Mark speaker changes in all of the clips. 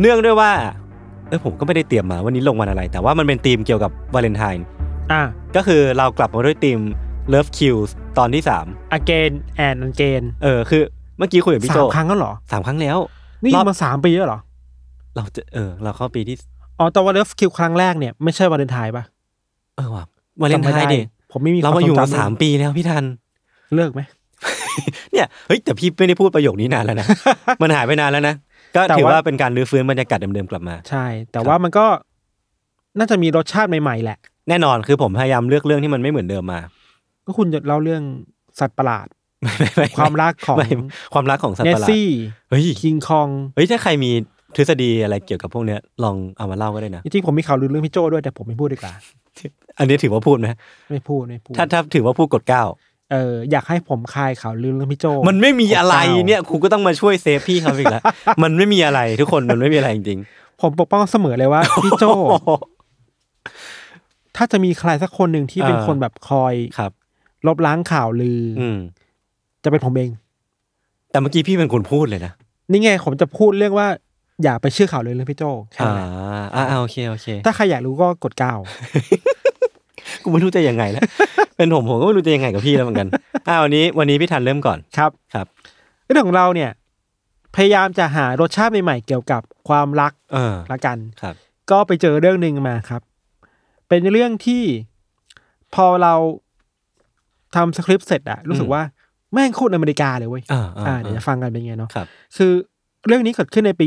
Speaker 1: เนื่องด้วยว่าเออผมก็ไม่ได้เตรียมมาวันนี้ลงวันอะไร แต่ว่ามันเป็นธีมเกี่ยวกับวาเลนไทน์
Speaker 2: อ่ะ
Speaker 1: ก็คือเรากลับมาด้วยธีม Love Kills ตอนที่
Speaker 2: again and again
Speaker 1: 3 เออคือเมื่อกี้คุยกับพี่
Speaker 2: สา
Speaker 1: โจ
Speaker 2: มครั้งแล้วเหรอ
Speaker 1: สามครั้งแล้ว
Speaker 2: นี่
Speaker 1: รอบ
Speaker 2: มาสามปีแล้วเหรอ
Speaker 1: เราจะเออเราเข้าปีที่
Speaker 2: อ๋อแต่ว่าเลิฟคิวครั้งแรกเนี่ยไม่ใช่วาเลนไทน์ปะ
Speaker 1: เออว่ะวาเลนไท
Speaker 2: จำม่ด้
Speaker 1: น์ดิ
Speaker 2: ผมไม่มี
Speaker 1: เรามาอยู่มา
Speaker 2: ควทรงจำ
Speaker 1: สามปีแล้วพี่ทัน
Speaker 2: เลิกไหม
Speaker 1: เนี่ยเฮ้ยแต่พี่ไม่ได้พูดประโยคนี้นาน แล้วนะ มันหายไปนานแล้วนะ ก็
Speaker 2: แต่ว่า
Speaker 1: ถือว่าเป็นการรื้อฟื้นบรรยากาศเดิมๆกลับมา
Speaker 2: ใช่ แต่ว่ามันก็น่าจะมีรสชาติใหม่ ๆ แหละ
Speaker 1: แน่นอนคือผมพยายามเลือกเรื่องที่มันไม่เหมือนเดิมมา
Speaker 2: ก็คุณจะเล่าเรื่องสัตว์ประหลาด
Speaker 1: ไม่ไม่ไ
Speaker 2: ความรักของ
Speaker 1: ไม่ความรักของสัต
Speaker 2: เน
Speaker 1: ว์
Speaker 2: ส
Speaker 1: ประหลาด
Speaker 2: ซี่
Speaker 1: เฮ้ย
Speaker 2: คิงคอง
Speaker 1: เฮ้ยถ้าใครมีทฤษฎีอะไรเกี่ยวกับพวกเนี้ยลองเอามาเล่าก็ได้นะ
Speaker 2: จริงๆผมมีข่าวลือเรื่องพี่โจ้ด้วยแต่ผมไม่พูดดีกว่า
Speaker 1: อันนี้ถือว่าพูดไหม
Speaker 2: ไม่พูดไม่พูด
Speaker 1: ถ้าถ้าถือว่าพูดกดเก้า
Speaker 2: เอออยากให้ผมคลายข่าวลือเรื่องพี่โจ้
Speaker 1: มันไม่มีอะไร
Speaker 2: กดเก้า
Speaker 1: เนี่ยคุณก็ต้องมาช่วยเซฟพี่เขาอีกแล้ว มันไม่มีอะไรทุกคนมันไม่มีอะไรจริง
Speaker 2: ผมปกป้องเสมอเลย ว่า พี่
Speaker 1: ๆ
Speaker 2: โจถ้าจะมีใครสักคนหนึ่งที่เป็นคนแบบคอย
Speaker 1: ครับ
Speaker 2: ลบล้างข่าวลืออ
Speaker 1: อืม
Speaker 2: จะเป็นผมเอง
Speaker 1: แต่เมื่อกี้พี่เป็นคนพูดเลยนะ
Speaker 2: นี่ไงผมจะพูดเรื่องว่า อย่าไปเชื่อข่าวลือเรื่องพี่โจแค่
Speaker 1: อ่า
Speaker 2: นั้นแหละ
Speaker 1: อ่าอ่าโอเคโอเค
Speaker 2: ถ้าใครอยากรู้ก็กดเก้า
Speaker 1: กูไม่รู้ จะยังไงแล้ว เป็นผมผมก็ไม่รู้จะยังไงกับพี่แล้วเหมือนกัน อ่าวันนี้วันนี้พี่ทันเริ่มก่อน
Speaker 2: ครับ
Speaker 1: ครับ
Speaker 2: เรื่องของเราเนี่ย พยายามจะหารสชาติใหม่ๆเกี่ยวกับความรัก
Speaker 1: เออ
Speaker 2: ละกัน
Speaker 1: ครับ
Speaker 2: ก็ไปเจอเรื่องหนึ่งมาครับ เป็นเรื่องที่พอเราทำสคริปต์เสร็จอะรู้สึก
Speaker 1: อืม
Speaker 2: ว่าแม่งโคตรอเมริกาเลยเว้ย
Speaker 1: อ่า
Speaker 2: อ่าเดี๋ยวจะฟังกันเป็นไงเนาะ
Speaker 1: ครับ
Speaker 2: คือเรื่องนี้เกิดขึ้นในปี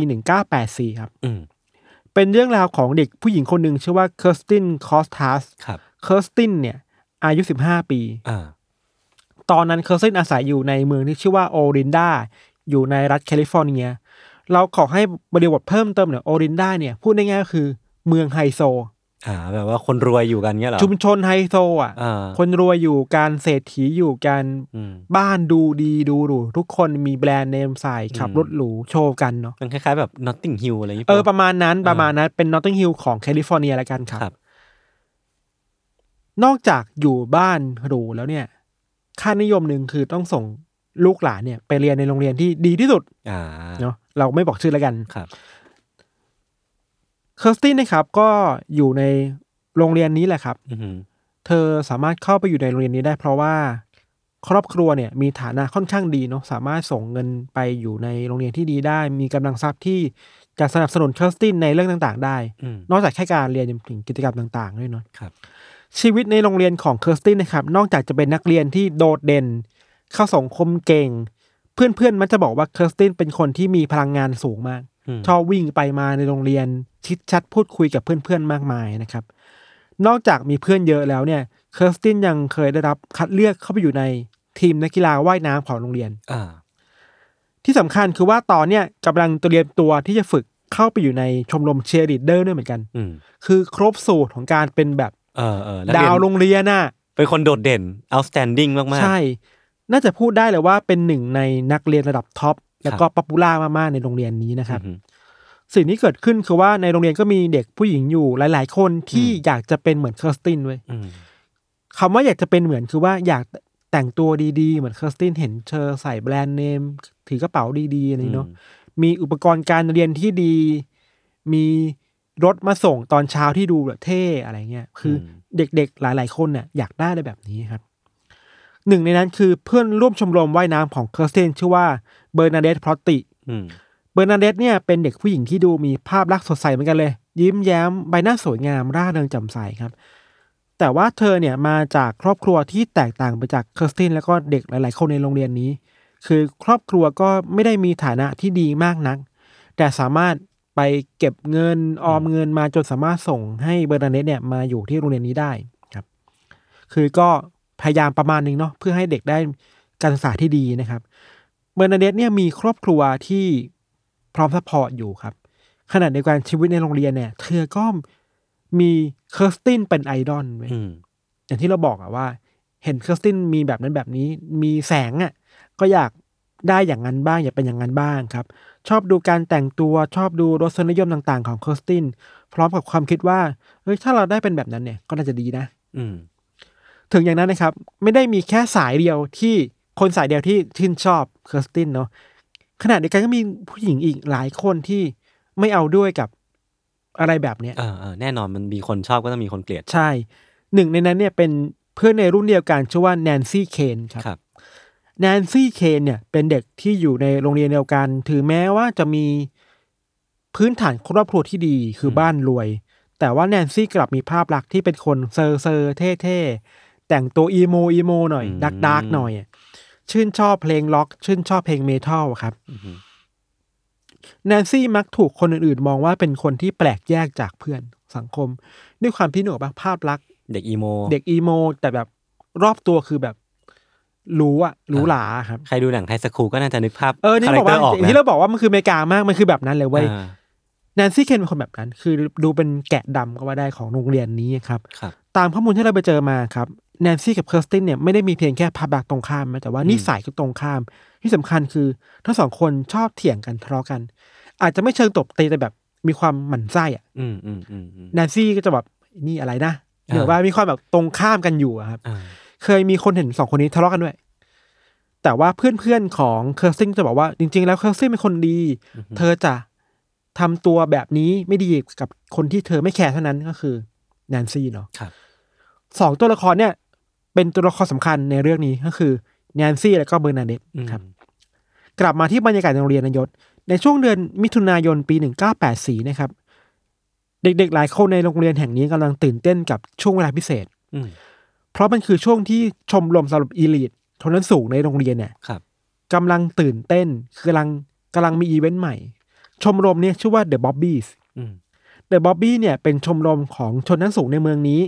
Speaker 2: 1984 ครับ
Speaker 1: อืม
Speaker 2: เป็นเรื่องราวของเด็กผู้หญิงคนหนึ่งชื่อว่าเคอร์สตินคอสทัส
Speaker 1: ครับ
Speaker 2: เคอร์สตินเนี่ย อายุ 15 ปี
Speaker 1: อ่า
Speaker 2: ตอนนั้นเคอร์สตินอาศัยอยู่ในเมืองที่ชื่อว่าโอรินดาอยู่ในรัฐแคลิฟอร์เนีย เราขอให้บริบทเพิ่มเติมหน่อยโอรินดาเนี่ย พูดง่ายๆก็คือเมืองไฮโซ
Speaker 1: อ่าแบบว่าคนรวยอยู่กันเงี้ยเหรอ
Speaker 2: ชุมชนไฮโซอ่ะ
Speaker 1: อ่า
Speaker 2: คนรวยอยู่การเศรษฐีอยู่การ
Speaker 1: อืม
Speaker 2: บ้านดูดีดูหรูทุกคนมีแบรนด์เนมใส่ขับ
Speaker 1: อืม
Speaker 2: รถหรูโชว์กันเนาะ
Speaker 1: มันคล้ายๆแบบนอตติงฮิลอะไรอย่างเงี้ย
Speaker 2: เออ ประมาณนั้นประมาณนั้นเป็นนอตติงฮิลของแคลิฟอร์เนียละกันครับ
Speaker 1: ครับ
Speaker 2: นอกจากอยู่บ้านหรูแล้วเนี่ย ค่านิยมหนึ่งคือต้องส่งลูกหลานเนี่ย ไปเรียนในโรงเรียนที่ดีที่สุด
Speaker 1: อ่า
Speaker 2: เนาะเราไม่บอกชื่อแล้วกัน
Speaker 1: ครับ
Speaker 2: เคอร์สตินนะครับ ก็อยู่ในโรงเรียนนี้แหละครับ
Speaker 1: อืม
Speaker 2: เธอสามารถเข้าไปอยู่ในโรงเรียนนี้ได้ เพราะว่าครอบครัวเนี่ย มีฐานะค่อนข้างดีเนาะสามารถส่งเงินไปอยู่ในโรงเรียนที่ดีได้ มีกำลังทรัพย์ที่จะสนับสนุนเคอร์สตินในเรื่องต่าง ๆ ได้
Speaker 1: อืม
Speaker 2: นอกจากแค่การเรียนยังถึงกิจกรรมต่างๆด้วยเนาะ
Speaker 1: ครับ
Speaker 2: ชีวิตในโรงเรียนของเคอร์สตินนะครับ นอกจากจะเป็นนักเรียนที่โดดเด่น เข้าสังคมเก่ง เพื่อนๆ มันจะบอกว่าเคอร์สตินเป็นคนที่มีพลังงานสูงมาก
Speaker 1: ม
Speaker 2: ชอบวิ่งไปมาในโรงเรียนชิดชัดพูดคุยกับเพื่อนๆ มากมายนะครับ นอกจากมีเพื่อนเยอะแล้วเนี่ยเคอร์สตินยังเคยได้รับคัดเลือกเข้าไปอยู่ในทีมนักกีฬาว่ายน้ำของโรงเรียน
Speaker 1: อ่า
Speaker 2: ที่สำคัญคือว่าตอนเนี่ยกำลังเตรียมตัวที่จะฝึกเข้าไปอยู่ในชมรมเชียร์ลีดเดอร์ด้วยเหมือนกัน
Speaker 1: อืม
Speaker 2: คือครบสูตรของการเป็นแบบ
Speaker 1: เออเออนัก
Speaker 2: ดา
Speaker 1: เรียน
Speaker 2: วโรงเรียนน่ะ
Speaker 1: เป็นคนโดดเด่น outstanding มากๆ
Speaker 2: ใช่ น่าจะพูดได้เลยว่าเป็นหนึ่งในนักเรียนระดับท็อป แล้วก็ป๊อปปูล่ามากๆในโรงเรียนนี้นะครับ
Speaker 1: อืม
Speaker 2: สิ่งที่เกิดขึ้นคือว่าในโรงเรียนก็มีเด็กผู้หญิงอยู่หลาย ๆ คนที่
Speaker 1: อืม
Speaker 2: อยากจะเป็นเหมือนเคอร์สตินเว้ย
Speaker 1: อืม
Speaker 2: คำว่าอยากจะเป็นเหมือนคือว่าอยากแต่งตัวดีๆ เหมือนเคอร์สตินเห็นเธอใส่แบรนด์เนม ถือกระเป๋าดีๆอะไรเนาะ มีอุปกรณ์การเรียนที่ดี มีรถมาส่งตอนเช้าที่ดูแบบเท่อะไรเงี้ย คืออเด็กๆ หลายๆ คนเนี่ยอยากได้อะไรแบบนี้ครับ หนึ่งในนั้นคือเพื่อนร่วมชมรมว่ายน้ำของเคอร์สเตนชื่อว่าเบอร์นาเดตพรอตติ
Speaker 1: อืม
Speaker 2: บอร์นาเดตเนี่ยเป็นเด็กผู้หญิงที่ดูมีภาพลักษณ์สดใสเหมือนกันเลย ยิ้มแย้มใบหน้าสวยงามร่าเริงแจ่มใสครับ แต่ว่าเธอเนี่ยมาจากครอบครัวที่แตกต่างไปจากเคอร์สตินแล้วก็เด็กหลาย ๆ คนในโรงเรียนนี้ คือครอบครัวก็ไม่ได้มีฐานะที่ดีมากนัก แต่สามารถไปเก็บเงินออมเงินมาจนสามารถส่งให้เบอร์นาเดตเนี่ยมาอยู่ที่โรงเรียนนี้ได้ครับ คือก็พยายามประมาณหนึงเนาะเพื่อให้เด็กได้การศึกษาที่ดีนะครับ เบอร์นาเดตเนี่ยมีครอบครัวที่พร้อมซัพพอร์ตอยู่ครับขณะเดียวกันชีวิตในโรงเรียนเนี่ย เธอก็มีเคอร์สตินเป็นไอดอลเว้ย
Speaker 1: อืม
Speaker 2: อย่างที่เราบอกอะว่า เห็นเคอร์สตินมีแบบนั้นแบบนี้ มีแสงอะก็อยากได้อย่างนั้นบ้าง อยากเป็นอย่างนั้นบ้างครับ ชอบดูการแต่งตัวชอบดูรสนิยมต่างๆของเคอร์สติน พร้อมกับความคิดว่าเฮ้ยถ้าเราได้เป็นแบบนั้นเนี่ยก็น่าจะดีนะ
Speaker 1: อืม
Speaker 2: ถึงอย่างนั้นนะครับ ไม่ได้มีแค่สายเดียวที่คนสายเดียวที่ชื่นชอบเคอร์สตินเนาะขณะเดียวกันก็มีผู้หญิงอีกหลายคนที่ไม่เอาด้วยกับอะไรแบบเนี้ย
Speaker 1: เออเออแน่นอนมันมีคนชอบก็ต้องมีคนเกลียด
Speaker 2: ใช่ หนึ่งในนั้นเนี่ยเป็นเพื่อนในรุ่นเดียวกันชื่อว่าแนนซี่เคนครับ
Speaker 1: ครับ
Speaker 2: แนนซี่เคนเนี่ยเป็นเด็กที่อยู่ในโรงเรียนเดียวกัน ถือแม้ว่าจะมีพื้นฐานครอบครัวที่ดีคืออบ้านรวย แต่ว่าแนนซี่กลับมีภาพลักษณ์ที่เป็นคนเซอร์เซอร์เท่เท่ๆ แต่งตัวอีโมอีโมหน่อย
Speaker 1: อืม
Speaker 2: ดักดักหน่อย ชื่นชอบเพลงล็อก ชื่นชอบเพลงเมทัลครับ แนนซี่มักถูกคนอื่นๆ มองว่าเป็นคนที่แปลกแยกจากเพื่อนสังคม ด้วยความที่หนูบอกปะภาพลักษณ์
Speaker 1: เด็กอีโม
Speaker 2: เด็กอีโม แต่แบบรอบตัวคือแบบรู้อะหรู้หลาครับ
Speaker 1: ใครดูหนังไทยสคูลก็น่าจะนึกภาพ
Speaker 2: เออนี่
Speaker 1: คาแรค
Speaker 2: บอก
Speaker 1: เตอร์
Speaker 2: ว่า
Speaker 1: ออก
Speaker 2: อย่าง
Speaker 1: นะ
Speaker 2: ที่เราบอกว่ามันคืออเมริกามากมันคือแบบนั้นเลยเว้ย
Speaker 1: อ่า
Speaker 2: แนนซี่เคนเป็นคนแบบนั้น คือดูเป็นแกะดำก็ว่าได้ของโรงเรียนนี้ครับ
Speaker 1: ครับ
Speaker 2: ตามข้อมูลที่เราไปเจอมาครับแนนซี่กับเคอร์สตินเนี่ยไม่ได้มีเพียงแค่ภาพลักษณ์ตรงข้ามนะแต่ว่านิสัยก็ตรงข้าม ที่สำคัญคือทั้งสองคนชอบเถียงกันทะเลาะกัน อาจจะไม่เชิงตบตีแต่แบบมีความหมั่นไส้อะ
Speaker 1: อืมอืมอืมอืม
Speaker 2: แนนซี่ก็จะแบบนี่อะไรนะหรือว่ามีความแบบตรงข้ามกันอยู่อะครับ
Speaker 1: อ่า
Speaker 2: เคยมีคนเห็นสองคนนี้ทะเลาะกันด้วย แต่ว่าเพื่อนๆของเคอร์ซิงจะบอกว่าจริง ๆ แล้วเคอร์ซิงเป็นคนดี เธอจะทำตัวแบบนี้ไม่ดีกับคนที่เธอไม่แคร์เท่านั้นก็คือแนนซี่เนาะ
Speaker 1: ครับ
Speaker 2: สองตัวละครเนี่ย เป็นตัวละครสำคัญในเรื่องนี้ก็คือแนนซี่แล้วก็เบอร์นาเดต
Speaker 1: อืม
Speaker 2: ครับ กลับมาที่บรรยากาศในโรงเรียนนายศ ในช่วงเดือนมิถุนายนปี 1984นะครับ เด็กๆ หลายคนในโรงเรียนแห่งนี้กำลังตื่นเต้นกับช่วงเวลาพิเศษ
Speaker 1: อืม
Speaker 2: เพราะมันคือช่วงที่ชมรมสำหรับอีลิทชนชั้นสูงในโรงเรียนเนี่ย
Speaker 1: ครับ
Speaker 2: กำลังตื่นเต้นคือกำลังกำลังมีอีเวนต์ใหม่ ชมรมเนี่ยชื่อว่า The Bobbies
Speaker 1: อืม
Speaker 2: The Bobby เนี่ยเป็นชมรมของชนชั้นสูงในเมืองนี้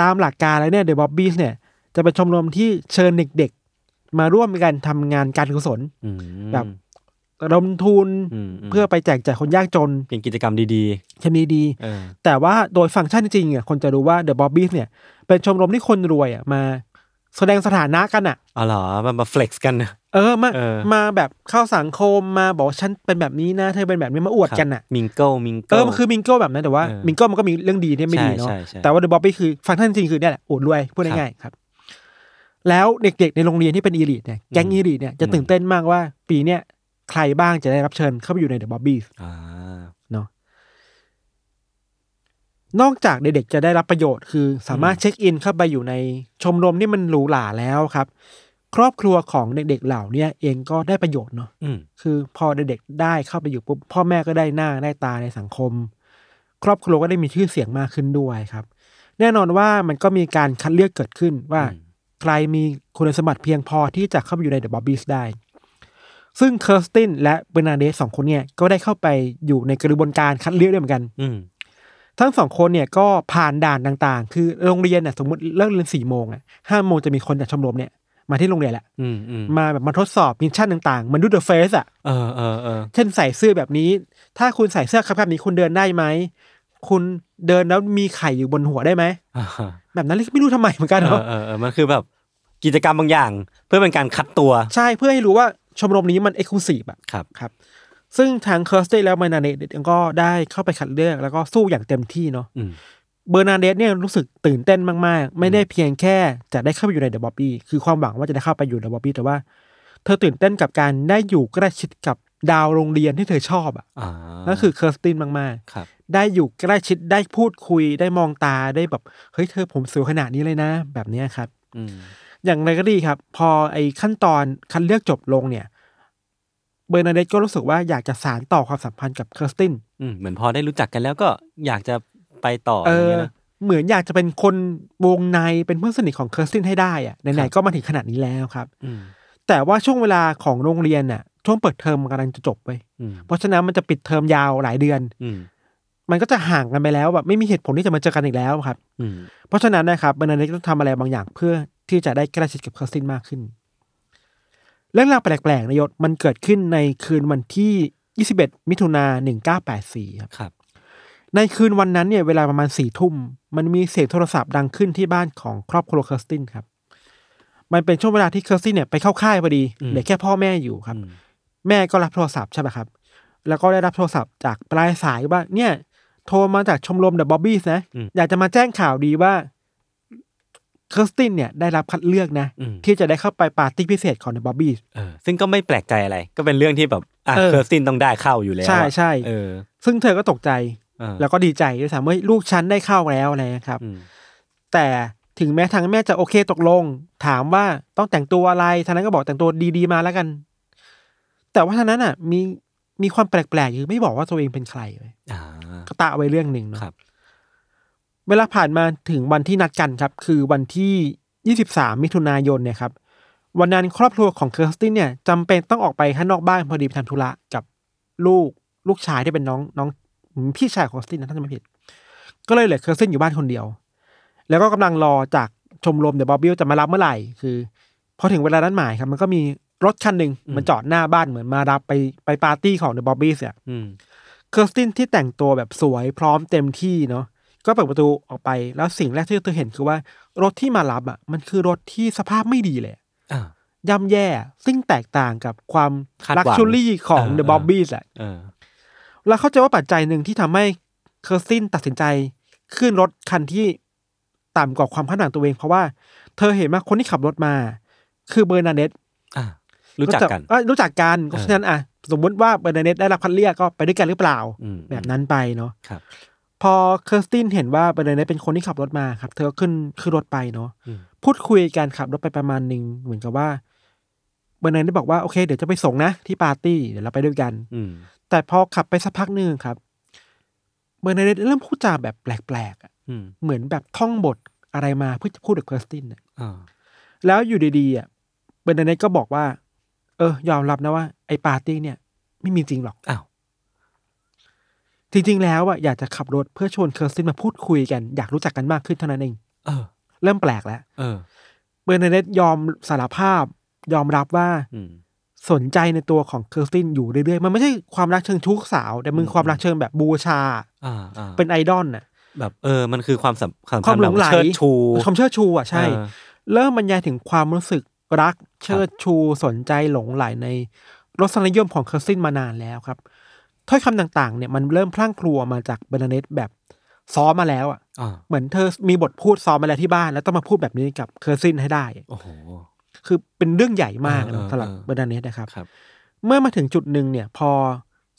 Speaker 2: ตามหลักการแล้วเนี่ย The Bobbies เนี่ยจะเป็นชมรมที่เชิญเด็กๆ มาร่วมกันทำงานการกุศล
Speaker 1: อืม
Speaker 2: แบบ ระดมทุน
Speaker 1: อืมม
Speaker 2: เพื่อไปแจกจ่ายคนยากจน
Speaker 1: เป็นกิจกรรมดี
Speaker 2: ชมดีดี
Speaker 1: ๆเออ
Speaker 2: แต่ว่าโดยฟังก์ชันจริงๆอ่ะคนจะรู้ว่า The Bobbies เนี่ยเป็นชมรมที่คนรวยอ่ะมาแสดงสถานะกันอ่ะ
Speaker 1: เอาเหรอมันมาเฟล็กซ์กันนะ
Speaker 2: เออมา
Speaker 1: เออ
Speaker 2: มาแบบเข้าสังคมมาบอกว่าฉันเป็นแบบนี้นะเธอเป็นแบบนี้มาอวดกันอ่ะ
Speaker 1: มิงเกิลมิงเกิ
Speaker 2: เออมันคือมิงโก้แบบนั้นแต่ว่า
Speaker 1: เออ
Speaker 2: มิงโก้มันก็มีเรื่องดีเนี่ยไม่ดีเนาะ
Speaker 1: ใช่ใช่ใช่
Speaker 2: แต่ว่าเดอะบ๊อบบี้คือฟังก์ชันจริงๆคือเนี่ยแหละอวดรวยพูดง่ายๆครับ แล้วเด็กๆในโรงเรียนที่เป็นอีลิทเนี่ยแก๊งอีลิทเนี่ยจะ
Speaker 1: อืม
Speaker 2: ตื่นเต้นมากว่า ปีเนี้ยใครบ้างจะได้รับเชิญเข้าไปอยู่ในเดอะบ๊อบบี้
Speaker 1: อ่า
Speaker 2: นอกจากเด็กๆจะได้รับประโยชน์คือ สามารถเช็คอินเข้าไปอยู่ในชมรมที่มันหรูหราแล้วครับ ครอบครัวของเด็กๆเหล่าเนี้ยเองก็ได้ประโยชน์เนาะ
Speaker 1: อืม
Speaker 2: คือพอเด็กๆได้เข้าไปอยู่ปุ๊บพ่อแม่ก็ได้หน้าได้ตาในสังคม ครอบครัวก็ได้มีชื่อเสียงมากขึ้นด้วยครับ แน่นอนว่ามันก็มีการคัดเลือกเกิดขึ้นว่า ใครมีคุณสมบัติเพียงพอที่จะเข้าไปอยู่ในเดอะบ๊อบบี้ได้ ซึ่งเคอร์สตินและเบอร์นาเดสสองคนเนี่ยก็ได้เข้าไปอยู่ในกระบวนการคัดเลือกด้วยเหมือนกัน
Speaker 1: อืม
Speaker 2: ทั้งสองคนเนี่ยก็ผ่านด่านต่างๆ คือโรงเรียนน่ะสมมติเลิกเรียนสี่โมงอ่ะห้าโมงจะมีคนจากชมรมเนี่ยมาที่โรงเรียนแหละ
Speaker 1: อืมอืม
Speaker 2: มาแบบมาทดสอบมิชชั่นต่างๆเหมันดูเดอะเฟสอ่ะ
Speaker 1: เออเออเออ
Speaker 2: เช่นใส่เสื้อแบบนี้ ถ้าคุณใส่เสื้อครับแบบนี้คุณเดินได้ไหม คุณเดินแล้วมีไข่อยู่บนหัวได้ไหม
Speaker 1: อ่า
Speaker 2: แบบนั้นไม่รู้ทำไมเหมือนกัน
Speaker 1: เอ
Speaker 2: เนาะ
Speaker 1: อเออเออมันคือแบบกิจกรรมบางอย่าง เพื่อเป็นการคัดตัว
Speaker 2: ใช่เพื่อให้รู้ว่าชมรมนี้มันเอกลูซีฟอะ
Speaker 1: ครับ
Speaker 2: ครับ ซึ่งทางเคอร์สเตแล้วเบอร์นาเดตก็ได้เข้าไปคัดเลือกแล้วก็สู้อย่างเต็มที่เนาะ
Speaker 1: อืม
Speaker 2: เบอร์นาเดตเนี่ยรู้สึกตื่นเต้นมากๆ ไม่ได้เพียงแค่จะได้เข้าไปอยู่ในเดอะบ๊อบบี้คือความหวังว่าจะได้เข้าไปอยู่ในเดอะบ๊อบบี้แต่ว่า เธอตื่นเต้นกับการได้อยู่ใกล้ชิดกับดาวโรงเรียนที่เธอชอบอะ
Speaker 1: อ่า
Speaker 2: นั่นคือเคอร์สตินมากๆ
Speaker 1: ครับ
Speaker 2: ได้อยู่ใกล้ชิดได้พูดคุยได้มองตาได้แบบ เฮ้ยเธอผมสวยขนาดนี้เลยนะ แบบเนี้ยครับ
Speaker 1: อืม
Speaker 2: อย่างไรก็ดีครับ พอไอ้ขั้นตอนคัดเลือกจบลงเนี่ย เบอร์นาเดตก็รู้สึกว่าอยากจะสานต่อความสัมพันธ์กับเคอร์สติน
Speaker 1: อืมเหมือนพอได้รู้จักกันแล้วก็อยากจะไปต่อ
Speaker 2: เอ
Speaker 1: อะไร
Speaker 2: อ
Speaker 1: เงี้ยนะ
Speaker 2: เหมือนอยากจะเป็นคนวงในเป็นเพื่อนสนิทของเคอร์สตินให้ได้อะไห
Speaker 1: ครั
Speaker 2: น
Speaker 1: บ
Speaker 2: ๆก็มาถึงขนาดนี้แล้วครับ
Speaker 1: อืม
Speaker 2: แต่ว่าช่วงเวลาของโรงเรียนน่ะช่วงเปิดเทอมมันกำลังจะจบไป
Speaker 1: อืม
Speaker 2: เพราะฉะนั้นมันจะปิดเทอมยาวหลายเดือน
Speaker 1: อืม
Speaker 2: มันก็จะห่างกันไปแล้วแบบไม่มีเหตุผลที่จะมาเจอกันอีกแล้วครับ
Speaker 1: อืม
Speaker 2: เพราะฉะนั้นนะครับบรรณาเล็กต้องทำอะไรบางอย่างเพื่อที่จะได้ใกล้ชิดกับเคอร์สตินมากขึ้น เรื่องราวแปลกๆนายศมันเกิดขึ้นในคืนวันที่ 21 มิถุนา1984ครับ
Speaker 1: ครับ
Speaker 2: ในคืนวันนั้นเนี่ยเวลาประมาณสี่ทุ่ม มันมีเสียงโทรศัพท์ดังขึ้นที่บ้านของครอบครัวเคอร์สตินครับ มันเป็นช่วงเวลาที่เคอร์สตินเนี่ยไปเข้าค่ายพอดี
Speaker 1: อืม
Speaker 2: เหลือแค่พ่อแม่อยู่ครับ
Speaker 1: อืม
Speaker 2: แม่ก็รับโทรศัพท์ใช่ไหมครับ แล้วก็ได้รับโทรศัพท์จากปลายสายว่าเนี่ย โทรมาจากชมรมเดอะบ๊อบบี้นะ อยากจะมาแจ้งข่าวดีว่าเคอร์สตินเนี่ยได้รับคัดเลือกนะ
Speaker 1: อืม
Speaker 2: ที่จะได้เข้าไปปาร์ตี้พิเศษของเดอะบ๊อบบี้
Speaker 1: เออซึ่งก็ไม่แปลกใจอะไร ก็เป็นเรื่องที่แบบอ่ะ
Speaker 2: เออ
Speaker 1: เคอร์สตินต้องได้เข้าอยู่แล้วอะ
Speaker 2: ใช่ใช่
Speaker 1: เออ
Speaker 2: ซึ่งเธอก็ตกใจ
Speaker 1: เออ
Speaker 2: แล้วก็ดีใจด้วยซ้ำว่าลูกฉันได้เข้าแล้วอะไรนะครับ
Speaker 1: อืม
Speaker 2: แต่ถึงแม้ทางแม่จะโอเคตกลง ถามว่าต้องแต่งตัวอะไรทางนั้นก็บอกแต่งตัวดีๆมาแล้วกัน แต่ว่าทางนั้นอ่ะ มีมีความแปลกๆคือไม่บอกว่าตัวเองเป็นใครเลย
Speaker 1: อ่า
Speaker 2: ก็ตะไว้เรื่องหนึ่งเนาะ
Speaker 1: ครับ
Speaker 2: เวลาผ่านมาถึงวันที่นัดกันครับ คือวันที่ 23 มิถุนายนเนี่ยครับวันนั้นครอบครัวของเคอร์สตินเนี่ยจำเป็นต้องออกไปข้างนอกบ้านพอดีไปทำธุระกับลูกลูกชายที่เป็นน้องน้องพี่ชายของเคอร์สตินนะถ้าจำไม่ผิด ก็เลยเหลือเคอร์สตินอยู่บ้านคนเดียว แล้วก็กำลังรอจากชมรมเดอะบอบบิลจะมารับเมื่อไหร่ คือพอถึงเวลานัดหมายครับ มันก็มีรถคันหนึ่งมันจอดหน้าบ้านเหมือนมารับไปไปปาร์ตี้ของเดอะบอบบี้เนี่ย
Speaker 1: อืม
Speaker 2: เคอร์สตินที่แต่งตัวแบบสวยพร้อมเต็มที่เนาะก็เปิดประตูออกไปแล้วสิ่งแรกที่เธอเห็นคือว่ารถที่มารับอ่ะมันคือรถที่สภาพไม่ดีเลย
Speaker 1: อ่า
Speaker 2: ย่ำแย่ซึ่งแตกต่างกับความ
Speaker 1: คาดหวั
Speaker 2: ลั
Speaker 1: ง
Speaker 2: กชัวรี่ของ
Speaker 1: เออ
Speaker 2: เดอะ
Speaker 1: เออ
Speaker 2: บอบบี้แหละ
Speaker 1: เออ
Speaker 2: แล้วเข้าใจว่าปัจจัยหนึ่งที่ทำให้เคอร์สตินตัดสินใจขึ้นรถคันที่ต่ำกว่าความคาดหวังตัวเอง เพราะว่าเธอเห็นว่าคนที่ขับรถมา คือเบอร์นาเดต
Speaker 1: อ่ะรู้จักกัน
Speaker 2: เอ้ยรู้จักกันเพราะฉะนั้นอ่ะสมมติว่าเบอร์นาเดตได้รับคัดเลือกก็ไปด้วยกันหรือเปล่า
Speaker 1: อืม
Speaker 2: แบบนั้นไปเนาะ
Speaker 1: ครับ
Speaker 2: พอเคอร์สตินเห็นว่าเบอร์นาเดตเป็นคนที่ขับรถมาครับ เธอก็ขึ้นขึ้นรถไปเนาะ
Speaker 1: อืม
Speaker 2: พูดคุยกันขับรถไปประมาณหนึ่งเหมือนกับว่าเบอร์นาเดตบอกว่าโอเคเดี๋ยวจะไปส่งนะที่ปาร์ตี้เดี๋ยวเราไปด้วยกัน
Speaker 1: อืม
Speaker 2: แต่พอขับไปสักพักหนึ่งครับเบอร์นาเดตเริ่มพูดจาแบบแปลกๆอะ
Speaker 1: อืม
Speaker 2: เหมือนแบบท่องบทอะไรมาเพื่อจะพูดกับเคอร์สตินน่ะ
Speaker 1: อ่า
Speaker 2: แล้วอยู่ดีๆอ่ะเบอร์นาเดตก็บอกว่า เออยอมรับนะว่าไอ้ปาร์ตี้เนี่ย ไม่มีจริงหรอก
Speaker 1: อ้าว
Speaker 2: จริงๆแล้วอ่ะอยากจะขับรถเพื่อชวนเคอร์สตินมาพูดคุยกัน อยากรู้จักกันมากขึ้นเท่านั้นเอง
Speaker 1: เออ
Speaker 2: เริ่มแปลกแล้ว
Speaker 1: เออ
Speaker 2: เบอร์นาเดตยอมสารภาพ ยอมรับว่า
Speaker 1: อืม
Speaker 2: สนใจในตัวของเคอร์สตินอยู่เรื่อยๆมันไม่ใช่ความรักเชิงชู้สาว แต่มันคือความรักเชิงแบบบูชา
Speaker 1: อ่าอ่า
Speaker 2: เป็นไอดอลน่ะ
Speaker 1: แบบเออ มันคือความสัมความ
Speaker 2: ความหลงไหล
Speaker 1: เชิดชู
Speaker 2: ความเชิดชูอ่ะใช่
Speaker 1: เออ
Speaker 2: เริ่มบรรยายถึงความรู้สึกรักเชิดชูสนใจหลงไหลในรสนิยมของเคอร์ซินมานานแล้วครับถ้อยคำต่างๆ เนี่ยมันเริ่มพลั่งครัวมาจากเบอร์นาเนตแบบซ้อมมาแล้วอ่ะ
Speaker 1: อ่า
Speaker 2: เหมือนเธอมีบทพูดซ้อมมาแล้วที่บ้าน แล้วต้องมาพูดแบบนี้กับเคอร์ซินให้ได้
Speaker 1: โอ้โห
Speaker 2: คือเป็นเรื่องใหญ่มาก
Speaker 1: เออเออ
Speaker 2: นะสำหรับ
Speaker 1: เออ
Speaker 2: เบอร์นาเนตนะครับ
Speaker 1: ครับ
Speaker 2: เมื่อมาถึงจุดหนึ่งเนี่ย พอ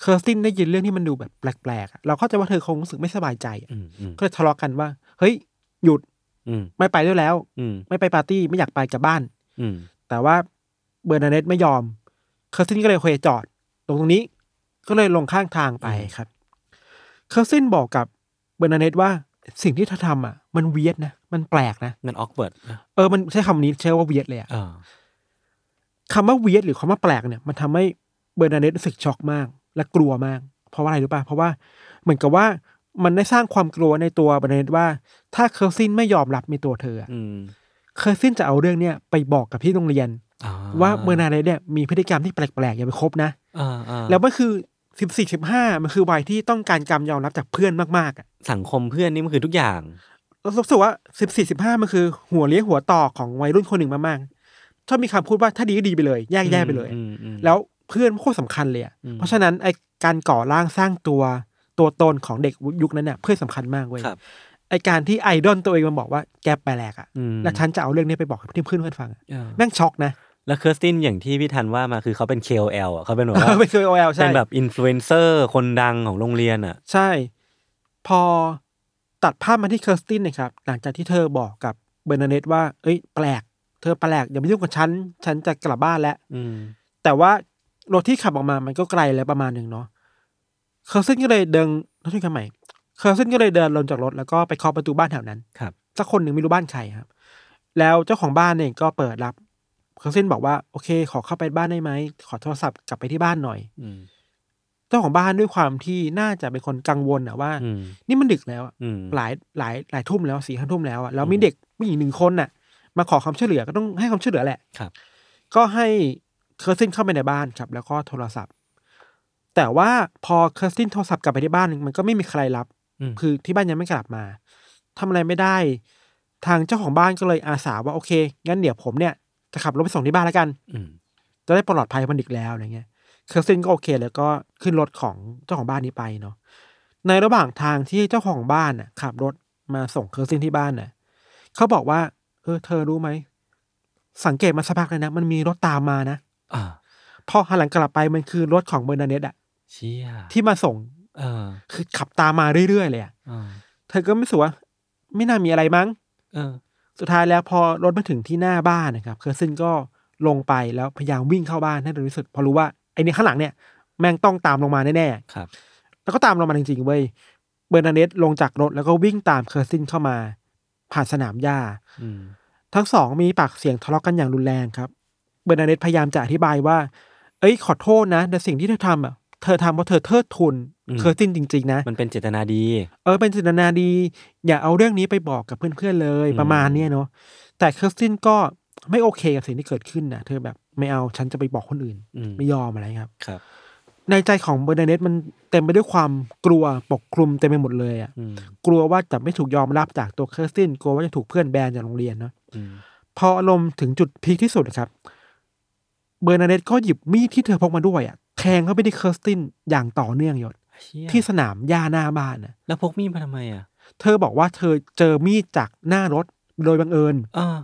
Speaker 2: เคอร์ซินได้ยินเรื่องที่มันดูแบบแปลกๆอะเราเข้าใจว่าเธอคงรู้สึกไม่สบายใจอะ
Speaker 1: อืมอืม
Speaker 2: ก็เลยทะเลาะกันว่า เฮ้ยหยุด
Speaker 1: อืม
Speaker 2: ไม่ไปด้วยแล้ว
Speaker 1: อืม
Speaker 2: ไม่ไปปาร์ตี้ไม่อยากไปกลับบ้าน
Speaker 1: อืม
Speaker 2: แต่ว่าเบอร์นาเดตไม่ยอม เคอร์ซินก็เลยเคยจอดตรงตรงนี้ ก็เลยลงข้างทางไปครับ เคอร์ซินบอกกับเบอร์นาเดตว่าสิ่งที่เธอทำอ่ะ มันเวียดนะ มันแปลกนะ
Speaker 1: มันออกเบิร์ดนะ
Speaker 2: เออมันใช้คำนี้ใช้ว่าเวียดเลยอะ
Speaker 1: เออ
Speaker 2: คำว่าเวียดหรือคำว่าแปลกเนี่ยมันทำให้เบอร์นาเดตรู้สึกช็อกมาก และกลัวมาก เพราะว่าอะไรรู้ป่ะเพราะว่าเหมือนกับว่ามันได้สร้างความกลัวในตัวเบอร์นาเดตว่า ถ้าเคอร์ซินไม่ยอมรับในตัวเธออะ
Speaker 1: อืม
Speaker 2: เคอร์ซินจะเอาเรื่องเนี่ยไปบอกกับที่โรงเรียน
Speaker 1: อ่
Speaker 2: ว่าเบอร์นาเดตเนี่ยมีพฤติกรรมที่แปลกๆ อย่าไปคบนะ
Speaker 1: อ่าอ่า
Speaker 2: แล้วมันคือสิบสี่สิบห้ามันคือวัยที่ต้องการการยอมรับจากเพื่อนมากๆอะ
Speaker 1: สังคมเพื่อนนี่มันคือทุกอย่าง
Speaker 2: เรารู้สึกว่าสิบสี่สิบห้ามันคือหัวเลี้ยวหัวต่อของวัยรุ่นคนหนึ่งมากๆชอบมีคำพูดว่าถ้าดีก็ดีไปเลย แยกแยะไปเลย
Speaker 1: อืมอืม
Speaker 2: แล้วเพื่อนโคตรสำคัญเลยอะ
Speaker 1: อืม
Speaker 2: เพราะฉะนั้นไอการก่อร่างสร้างตัวตัวตนของเด็กยุคนั้นเนี่ยเพื่อนสำคัญมากเว้ย
Speaker 1: ครับ
Speaker 2: ไอการที่ไอดอลตัวเองมาบอกว่าแกแปลกอะ
Speaker 1: อืม
Speaker 2: แล้วฉันจะเอาเรื่องนี้ไปบอกเพื่อนเพื่อนๆฟังอะ
Speaker 1: เออ
Speaker 2: แม่งช็อกนะ
Speaker 1: แล้วเคอร์สตินอย่างที่พี่ทันว่ามาคือเขาเป็น KOL อ่ะเขาเป็นแบบว่า
Speaker 2: เป็น KOL ใช่
Speaker 1: เป็นแบบอินฟลูเอนเซอร์คนดังของโรงเรียนอ่ะ
Speaker 2: ใช่ พอตัดภาพมาที่เคอร์สตินนะครับ หลังจากที่เธอบอกกับเบอร์นาเนตว่า เอ้ย แปลก เธอแปลกอย่ามายุ่งกับฉัน ฉันจะกลับบ้านแล้ว
Speaker 1: อืม
Speaker 2: แต่ว่า รถที่ขับออกมามันก็ไกลแล้วประมาณหนึ่งเนาะเคอร์เซนก็เลยเดินรถที่คันใหม่เคอร์เซนก็เลยเดินลงจากรถแล้วก็ไปเคาะประตูบ้านแถวนั้น
Speaker 1: ครับ
Speaker 2: สักคนหนึ่งไม่รู้บ้านใครครับ แล้วเจ้าของบ้านเองก็เปิดรับเคอร์เซนบอกว่าโอเค ขอเข้าไปบ้านได้ไหมขอโทรศัพท์กลับไปที่บ้านหน่อย
Speaker 1: อืม
Speaker 2: เจ้าของบ้านด้วยความที่น่าจะเป็นคนกังวลอะว่า
Speaker 1: อืม
Speaker 2: นี่มันดึกแล้วอะ
Speaker 1: อืม
Speaker 2: หลายหลายหลายทุ่มแล้วสี่ห้าทุ่มแล้วอะแล้วมี
Speaker 1: อืม
Speaker 2: เด็กผู้หญิงหนึ่งคนน่ะ มาขอความช่วยเหลือก็ต้องให้ความช่วยเหลือแหละ
Speaker 1: ครับ
Speaker 2: ก็ให้เคอร์ซินเข้าไปในบ้านครับ แล้วก็โทรศัพท์ แต่ว่าพอเคอร์ซินโทรศัพท์กลับไปที่บ้านมันก็ไม่มีใครรับ
Speaker 1: อืม
Speaker 2: คือที่บ้านยังไม่กลับมาทำอะไรไม่ได้ ทางเจ้าของบ้านก็เลยอาสาว่าโอเค งั้นเดี๋ยวผมเนี่ยจะขับรถไปส่งที่บ้านแล้วกัน
Speaker 1: อืม
Speaker 2: จะได้ปลอดภัยมันดึกแล้วอะไรเงี้ย เคอร์ซินก็โอเค แล้วก็ขึ้นรถของเจ้าของบ้านนี้ไปเนาะ ในระหว่างทางที่เจ้าของบ้านน่ะขับรถมาส่งเคอร์ซินที่บ้านน่ะเขาบอกว่า เออ เธอรู้ไหม สังเกตมาสักพักเลยนะ มันมีรถตามมานะ
Speaker 1: อ่า
Speaker 2: พอหันหลังกลับไปมันคือรถของเบอร์นาเนตอะ
Speaker 1: เชี่ย
Speaker 2: ที่มาส่ง
Speaker 1: เออ
Speaker 2: คือขับตามมาเรื่อยๆเลยอะ
Speaker 1: อ่า
Speaker 2: เธอก็ไม่รู้สึกว่า ไม่น่ามีอะไรมั้ง
Speaker 1: เออ
Speaker 2: สุดท้ายแล้วพอรถมาถึงที่หน้าบ้านนะครับ เคอร์ซินก็ลงไปแล้วพยายามวิ่งเข้าบ้านให้เร็วที่สุดเพราะรู้ว่าไอ้เนี่ยข้างหลังเนี่ยแม่งต้องตามลงมาแน่
Speaker 1: ครับ
Speaker 2: ๆแล้วก็ตามลงมาจริงๆเว้ยเบอร์นาเนตลงจากรถแล้วก็วิ่งตามเคอร์ซินเข้ามา ผ่านสนามหญ้า
Speaker 1: อืม
Speaker 2: ทั้งสองมีปากเสียงทะเลาะกันอย่างรุนแรงครับ เบอร์นาเนตพยายามจะอธิบายว่า เอ้ยขอโทษนะแต่สิ่งที่เธอทำอ่ะเธอทำเพราะเธอเทิดทุน
Speaker 1: อืม
Speaker 2: เคอร์ซินจริง ๆ นะ
Speaker 1: มันเป็นเจตนาดี
Speaker 2: เออเป็นจินตนาดี อย่าเอาเรื่องนี้ไปบอกกับเพื่อนๆเลย
Speaker 1: อืม
Speaker 2: ประมาณเนี้ยเนาะแต่เคอร์สตินก็ไม่โอเคกับสิ่งที่เกิดขึ้นนะเธอแบบไม่เอาฉันจะไปบอกคนอื่น
Speaker 1: อืม
Speaker 2: ไม่ยอมอะไรครับ
Speaker 1: ครับ
Speaker 2: ในใจของเบอร์นาเนตมันเต็มไปด้วยความกลัวปกคลุมเต็มไปหมดเลยอะ่ะ
Speaker 1: อืม
Speaker 2: กลัวว่าจะไม่ถูกยอมรับจากตัวเคอร์สตินกลัวว่าจะถูกเพื่อนแบนจากโรงเรียนเนาะ
Speaker 1: อืม
Speaker 2: พออารมณ์ถึงจุดพีคที่สุดครับ เบอร์นาเนตก็หยิบมีดที่เธอพกมาด้วยอะ่ะแทงเข้าไปที่เคอร์สตินอย่างต่อเนื่องหยด
Speaker 1: เชี่ย
Speaker 2: ที่สนามหญ้าหน้าบ้านนะ
Speaker 1: แล้วพกมีดมาทำไมอ่ะ
Speaker 2: เธอบอกว่าเธอเจอมีดจากหน้ารถโดยบังเอิญ
Speaker 1: อ่า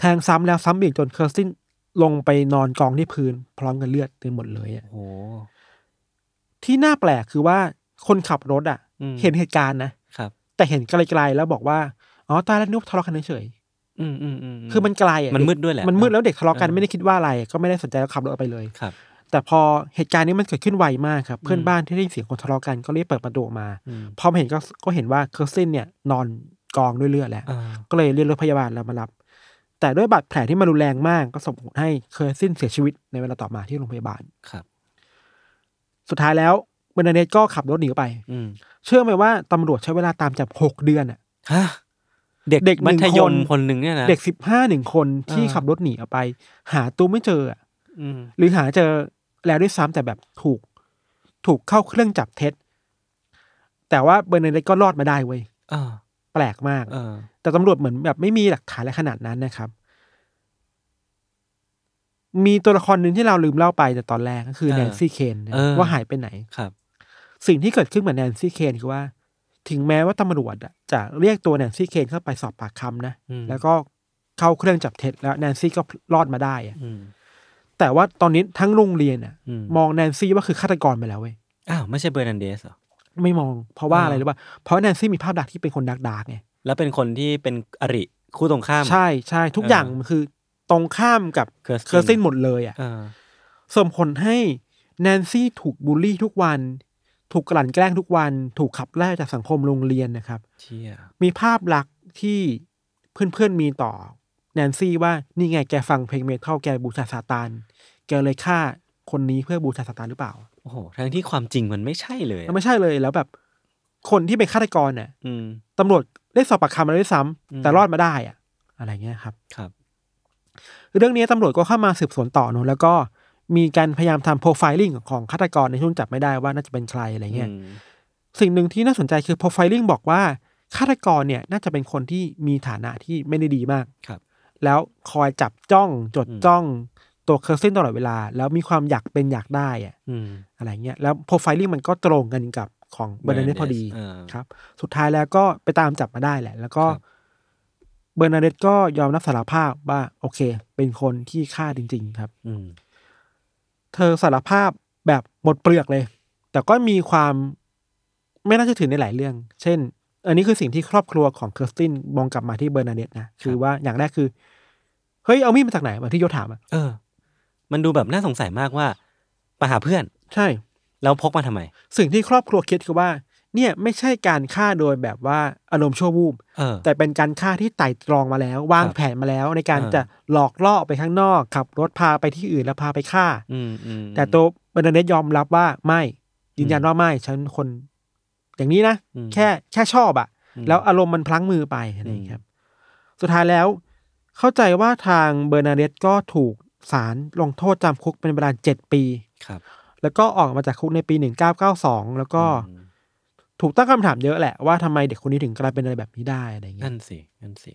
Speaker 2: แทงซ้ำแล้วซ้ำอีกจนเคอร์สตินลงไปนอนกองที่พื้น พร้อมกับเลือดเต็มหมดเลยอะ
Speaker 1: โอ้โห
Speaker 2: ที่น่าแปลกคือว่าคนขับรถอ่ะ
Speaker 1: อืม
Speaker 2: เห็นเหตุการณ์นะครับ แต่เห็นไกลๆแล้วบอกว่าอ๋อตายแล้วนุกว่าทะเลาะกันเฉย
Speaker 1: อืมอืมอืม
Speaker 2: ๆคือมันไกลอ่ะ
Speaker 1: มันมืดด้วยแหละ
Speaker 2: มันมืดแล้วเด็กทะเลาะกัน
Speaker 1: ออ
Speaker 2: ไม่ได้คิดว่าอะไร ก็ไม่ได้สนใจแล้วขับรถออกไปเลย
Speaker 1: ครับ
Speaker 2: แต่พอเหตุการณ์นี้มันเกิดขึ้นไวมากครับเพื่อน
Speaker 1: อืม
Speaker 2: บ้านที่ได้ยินเสียงคนทะเลาะกันก็รีบเปิดประตูออกมา
Speaker 1: อืม
Speaker 2: พอมาเห็นก็ก็เห็นว่าเคอร์สตินเนี่ยนอนกองด้วยเลือดแล้ว
Speaker 1: อ่า
Speaker 2: ก็เลยเรียกรถพยาบาลแล้วมารับ แต่ด้วยบาดแผลที่มันรุนแรงมากก็ส่งผลให้เคอร์ซินเสียชีวิตในเวลาต่อมาที่โรงพยาบาล
Speaker 1: ครับ
Speaker 2: สุดท้ายแล้วเบอร์นาเดตก็ขับรถหนีไป
Speaker 1: อืม
Speaker 2: เชื่อไหมว่าตำรวจใช้เวลาตามจับหกเดือนอะ
Speaker 1: ฮะเด็ก
Speaker 2: เด็กหนึ่ง
Speaker 1: มัธยม
Speaker 2: คน
Speaker 1: คนหนึ่งเนี่ยนะ
Speaker 2: เด็กสิบห้าหนึ่งคนที่
Speaker 1: อ่า
Speaker 2: ขับรถหนีออกไป หาตัวไม่เจออะ
Speaker 1: อืม
Speaker 2: หรือหาเจอแล้วด้วยซ้ำแต่แบบถูก ถูกเข้าเครื่องจับเท็จ แต่ว่าเบอร์นาเดตก็รอดมาได้เว้ย
Speaker 1: อ่า
Speaker 2: แปลกมาก
Speaker 1: เออ
Speaker 2: แต่ตำรวจเหมือนแบบไม่มีหลักฐานอะไรขนาดนั้นนะครับ มีตัวละครหนึ่งที่เราลืมเล่าไปแต่ตอนแรกก็คือ
Speaker 1: เออ
Speaker 2: แนนซี่เคนนะ
Speaker 1: เออ
Speaker 2: ว่าหายไปไหน
Speaker 1: ครับ
Speaker 2: สิ่งที่เกิดขึ้นกับแนนซี่เคนคือว่า ถึงแม้ว่าตำรวจอะจะเรียกตัวแนนซี่เคนเข้าไปสอบปากคำนะ
Speaker 1: อืม
Speaker 2: แล้วก็เข้าเครื่องจับเท็จแล้วแนนซี่ก็รอดมาได้อะ
Speaker 1: อืม
Speaker 2: แต่ว่าตอนนี้ทั้งโรงเรียนอะ
Speaker 1: อืม
Speaker 2: มองแนนซี่ว่าคือฆาตกรไปแล้วเว้ย
Speaker 1: อ้าวไม่ใช่เบอร์นันเดสเหรอ
Speaker 2: ไม่มองเพราะว่า
Speaker 1: อ่า
Speaker 2: อะไรหรือว่าเพราะแนนซี่มีภาพดักษณ์ที่เป็นคนดักดาร์กๆไง
Speaker 1: แล้วเป็นคนที่เป็นอริคู่ตรงข้าม
Speaker 2: ใช่ใช่ทุก
Speaker 1: เอออ
Speaker 2: อย่างมันคือตรงข้ามกับ
Speaker 1: เคอร์สติน
Speaker 2: เคอร์สตินหมดเลยอ่ะ
Speaker 1: เออ
Speaker 2: ส่งผลให้แนนซี่ถูกบูลลี่ทุกวัน ถูกกลั่นแกล้งทุกวัน ถูกขับไล่ออกจากสังคมโรงเรียนนะครับ
Speaker 1: เชี่ย
Speaker 2: มีภาพลักษณ์ที่เพื่อนๆมีต่อ แนนซี่ว่านี่ไงแกฟังเพลงเมทัลแกบูชาซาตาน แกเลยฆ่าคนนี้เพื่อบูชาซาตานหรือเปล่า
Speaker 1: โอ้โหทั้งที่ความจริงมันไม่ใช่เลย
Speaker 2: แล้ว
Speaker 1: อะ
Speaker 2: ไม่ใช่เลยแล้วแบบ คนที่เป็นฆาตกรเนี่ย
Speaker 1: อืม
Speaker 2: ตำรวจได้สอบปากคำมาด้วยซ้
Speaker 1: อืม
Speaker 2: ำแต่รอดมาได้อะอะไรเงี้ยครับ
Speaker 1: ครับ
Speaker 2: เรื่องนี้ตำรวจก็เข้ามาสืบสวนต่อเนอะแล้วก็มีการพยายามทำโปรไฟลิ่งของฆาตกรในช่วงจับไม่ได้ว่าน่าจะเป็นใครอะไรเงี้ย
Speaker 1: อืม
Speaker 2: สิ่งหนึ่งที่น่าสนใจคือโปรไฟลิ่งบอกว่าฆาตกรเนี่ยน่าจะเป็นคนที่มีฐานะที่ไม่ได้ดีมาก
Speaker 1: ครับ
Speaker 2: แล้วคอยจับจ้องจด
Speaker 1: อืม
Speaker 2: จ้องตัวเคอร์เซนตลอดเวลา แล้วมีความอยากเป็นอยากได้อะ
Speaker 1: อืม
Speaker 2: อะไรเงี้ยแล้วโปรไฟลิ่งมันก็ตรงกันกับของเบอร์นาเดต
Speaker 1: Bernadette
Speaker 2: พอดี
Speaker 1: อ่า
Speaker 2: ครับ สุดท้ายแล้วก็ไปตามจับมาได้แหละ แล้วก็
Speaker 1: ครับ
Speaker 2: เบอร์นาเดตก็ยอมรับสารภาพว่าโอเค เป็นคนที่ฆ่าจริง ๆ ครับ
Speaker 1: อืม
Speaker 2: เธอสารภาพแบบหมดเปลือกเลย แต่ก็มีความไม่น่าจะถือในหลายเรื่อง เช่น อันนี้คือสิ่งที่ครอบครัวของเคอร์สตินมองกลับมาที่เบอร์นาเดตนะ คือว่าอย่างแรกคือ เฮ้ย เอามีดมาจากไหนเหมือนที่โยถามอะ
Speaker 1: เออ มันดูแบบน่าสงสัยมากว่าไปหาเพื่อน
Speaker 2: ใช่
Speaker 1: แล้วพกมาทำไม
Speaker 2: สิ่งที่ครอบครัวคิดคือว่า เนี่ยไม่ใช่การฆ่าโดยแบบว่าอารมณ์ชั่ววูบ
Speaker 1: เออ
Speaker 2: แต่เป็นการฆ่าที่ไต่ตรองมาแล้ว วาง
Speaker 1: ครับ
Speaker 2: แผนมาแล้ว ในการ
Speaker 1: อ่า
Speaker 2: จะหลอกล่อไปข้างนอกขับรถพาไปที่อื่นแล้วพาไปฆ่า
Speaker 1: อืมอืม
Speaker 2: แต่ตัวเบอร์นาเดตยอมรับว่าไม่ยืนยันว่าไม่ฉันคน อย่างนี้นะ
Speaker 1: อืม
Speaker 2: แค่แค่ชอบอะ
Speaker 1: อืม
Speaker 2: แล้วอารมณ์มันพลั้งมือไปอะไรอย่างเงี้ยครับ สุดท้ายแล้ว เข้าใจว่าทางเบอร์นาเดตก็ถูกศาลลงโทษจำคุกเป็นเวลาเจ็ดปี
Speaker 1: ครับ
Speaker 2: แล้วก็ออกมาจากคุกในปีหนึ่งเก้าเก้าสองแล้วก็
Speaker 1: อืม
Speaker 2: ถูกตั้งคำถามเยอะแหละว่าทำไมเด็กคนนี้ถึงกลายเป็นอะไรแบบนี้ได้อะไรอย่างเงี้ย
Speaker 1: นั่นสินั่นสิ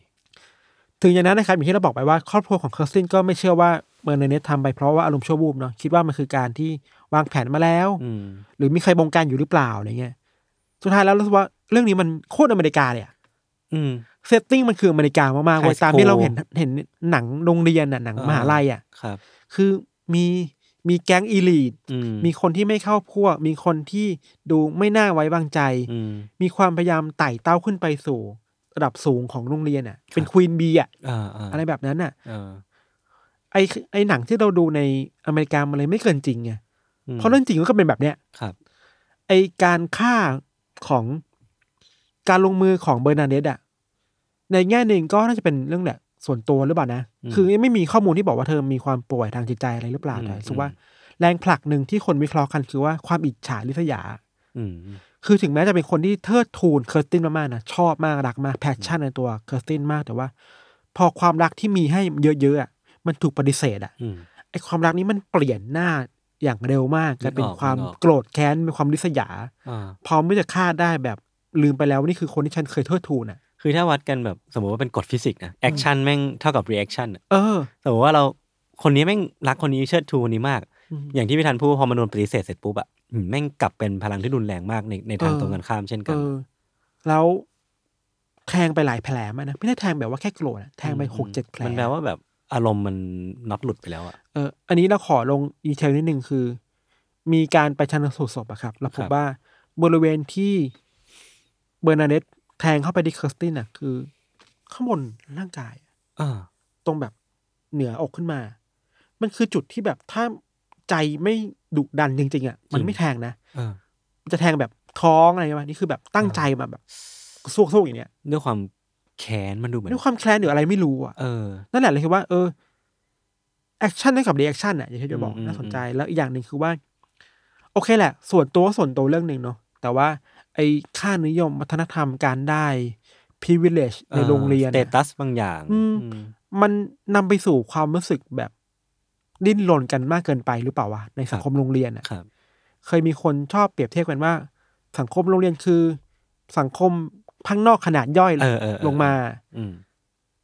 Speaker 2: ถึงอย่างนั้นนะครับอย่างที่เราบอกไปว่าครอบครัวของเคอร์สตินก็ไม่เชื่อว่าเมอร์เนเนตทำไปเพราะว่าอารมณ์ชั่ววูบเนาะคิดว่ามันคือการที่วางแผนมาแล้ว
Speaker 1: อืม
Speaker 2: หรือมีใครบงการอยู่หรือเปล่าอะไรเงี้ยสุดท้ายแล้วรู้สึกว่าเรื่องนี้มันโคตรอเมริกาเลยอะ
Speaker 1: อืม
Speaker 2: เซตติ้งมันคืออเมริกามากๆเว้ย
Speaker 1: High
Speaker 2: ตามที่เราเห็น
Speaker 1: school
Speaker 2: เห็นหนังโรงเรียนน่ะหนัง
Speaker 1: อ่าม
Speaker 2: มหาลัยอ่ะ
Speaker 1: ครับ
Speaker 2: คือมีมีแก๊งอีลีท
Speaker 1: อืม
Speaker 2: มีคนที่ไม่เข้าพวก มีคนที่ดูไม่น่าไว้วางใจ
Speaker 1: อืม
Speaker 2: มีความพยายามไต่เต้าขึ้นไปสู่ระดับสูงของโรงเรียนอ่ะ เป็น
Speaker 1: ครับ
Speaker 2: ควีนบีอ่ะ
Speaker 1: อ่าอ่า
Speaker 2: อะไรแบบนั้นอ่ะ
Speaker 1: เออ
Speaker 2: ไอไอหนังที่เราดูในอเมริกามันเลยไม่เกินจริงไง
Speaker 1: ม
Speaker 2: เพราะเรื่องจริงมันก็เป็นแบบเนี้ย
Speaker 1: ครับ
Speaker 2: ไอการฆ่าของการลงมือของเบอร์นาร์เดตอะในแง่หนึ่งก็น่าจะเป็นเรื่องแหละ ส่วนตัวหรือเปล่านะ
Speaker 1: อืม
Speaker 2: คือไม่มีข้อมูลที่บอกว่าเธอมีความป่วยทางจิตใจอะไรหรือเปล่า
Speaker 1: อืม
Speaker 2: แต่รู้สึ
Speaker 1: อื
Speaker 2: ก
Speaker 1: ม
Speaker 2: ว่าแรงผลักหนึ่งที่คนวิเคราะห์กันคือว่าความอิจฉาริษยา
Speaker 1: อืม
Speaker 2: คือถึงแม้จะเป็นคนที่เทิดทูนเคอร์สตินมากๆนะชอบมากรักมากแพชชั่นในตัวเคอร์สตินมากแต่ว่า พอความรักที่มีให้เยอะๆอะมันถูกปฏิเสธอะ
Speaker 1: อืม
Speaker 2: ไอ้ความรักนี้มันเปลี่ยนหน้าอย่างเร็วมากกลายเป็น
Speaker 1: นึกออก
Speaker 2: ความ
Speaker 1: นึกออก
Speaker 2: โกรธแค้นเป็นความริษยา
Speaker 1: อ่า
Speaker 2: พร้อมที่จะฆ่าได้แบบลืมไปแล้วว่านี่คือคนที่ฉันเคยเทิดทูนอ่ะ
Speaker 1: คือถ้าวัดกันแบบสมมติว่าเป็นกฎฟิสิกส์นะแอคชั่นแม่งเท่ากับรีแอคชั่น
Speaker 2: เออ
Speaker 1: สมมติว่าเราคนนี้แม่งรักคนนี้เชิดชูคนนี้มาก
Speaker 2: อืม
Speaker 1: อย่างที่พี่ทันพูดพอมันโดนปฏิเสธเสร็จปุ๊บอะอืมแม่งกลับเป็นพลังที่รุนแรงมากในในทาง
Speaker 2: เออ
Speaker 1: ตรงกันข้ามเช่นกั
Speaker 2: เอน อ แล้วแทงไปหลายแผลมากนะไม่ได้แทงแบบว่าแค่โกรธอะแทงไป
Speaker 1: อืม
Speaker 2: หกเจ็ดแผล
Speaker 1: มันแปลว่าแบบอารมณ์มันน็อตหลุดไปแล้วอะ
Speaker 2: เอออันนี้เราขอลงดีเทลนิดนึงคือ มีการไปชันสูตรศพอะครับแล้วพ
Speaker 1: ครับ บ
Speaker 2: ว่าบริเวณที่เบอร์นาเดตแทงเข้าไปที่เคอร์สตินอ่ะ คือ ข้างบนร่างกาย
Speaker 1: อ่า
Speaker 2: ตรงแบบเหนืออกขึ้นมา มันคือจุดที่แบบถ้าใจไม่ดุดันจริงๆอ่ะ มันไม่แทงนะ
Speaker 1: อ่า
Speaker 2: มันจะแทงแบบท้องอะไรประมาณนี่คือแบบตั้งใจมาแบบสวกๆอย่างเนี้ย
Speaker 1: ด้วยความแค้นมันดูเหมือน
Speaker 2: ด้วยความแคลนหรืออะไรไม่รู้อ่ะ
Speaker 1: เออ
Speaker 2: นั่นแหละเลยคือว่าเออแอคชั่นด้วยกับรีแอคชั่นอ่ะอย่างที่จะบอก
Speaker 1: อืม
Speaker 2: น่าสนใจแล้วอีกอย่างหนึ่งคือว่า โอเคแหละ ส่วนตัวก็ส่วนตัวเรื่องหนึ่งเนาะแต่ว่า ไอ้ค่านิยมวัฒนธรรมการได้ privilege ในโรงเรียน
Speaker 1: สเต
Speaker 2: อะ
Speaker 1: ตัสบางอย่าง
Speaker 2: อืม
Speaker 1: อืม
Speaker 2: มันนำไปสู่ความรู้สึกแบบดิ้นรนกันมากเกินไปหรือเปล่าวะในสังคมโรงเรียนอะ
Speaker 1: ครับ
Speaker 2: เคยมีคนชอบเปรียบเทียบกันว่า สังคมโรงเรียนคือ สังคมพังนอกขนาดย่อย
Speaker 1: เออเออเออ
Speaker 2: ลงมา
Speaker 1: อืม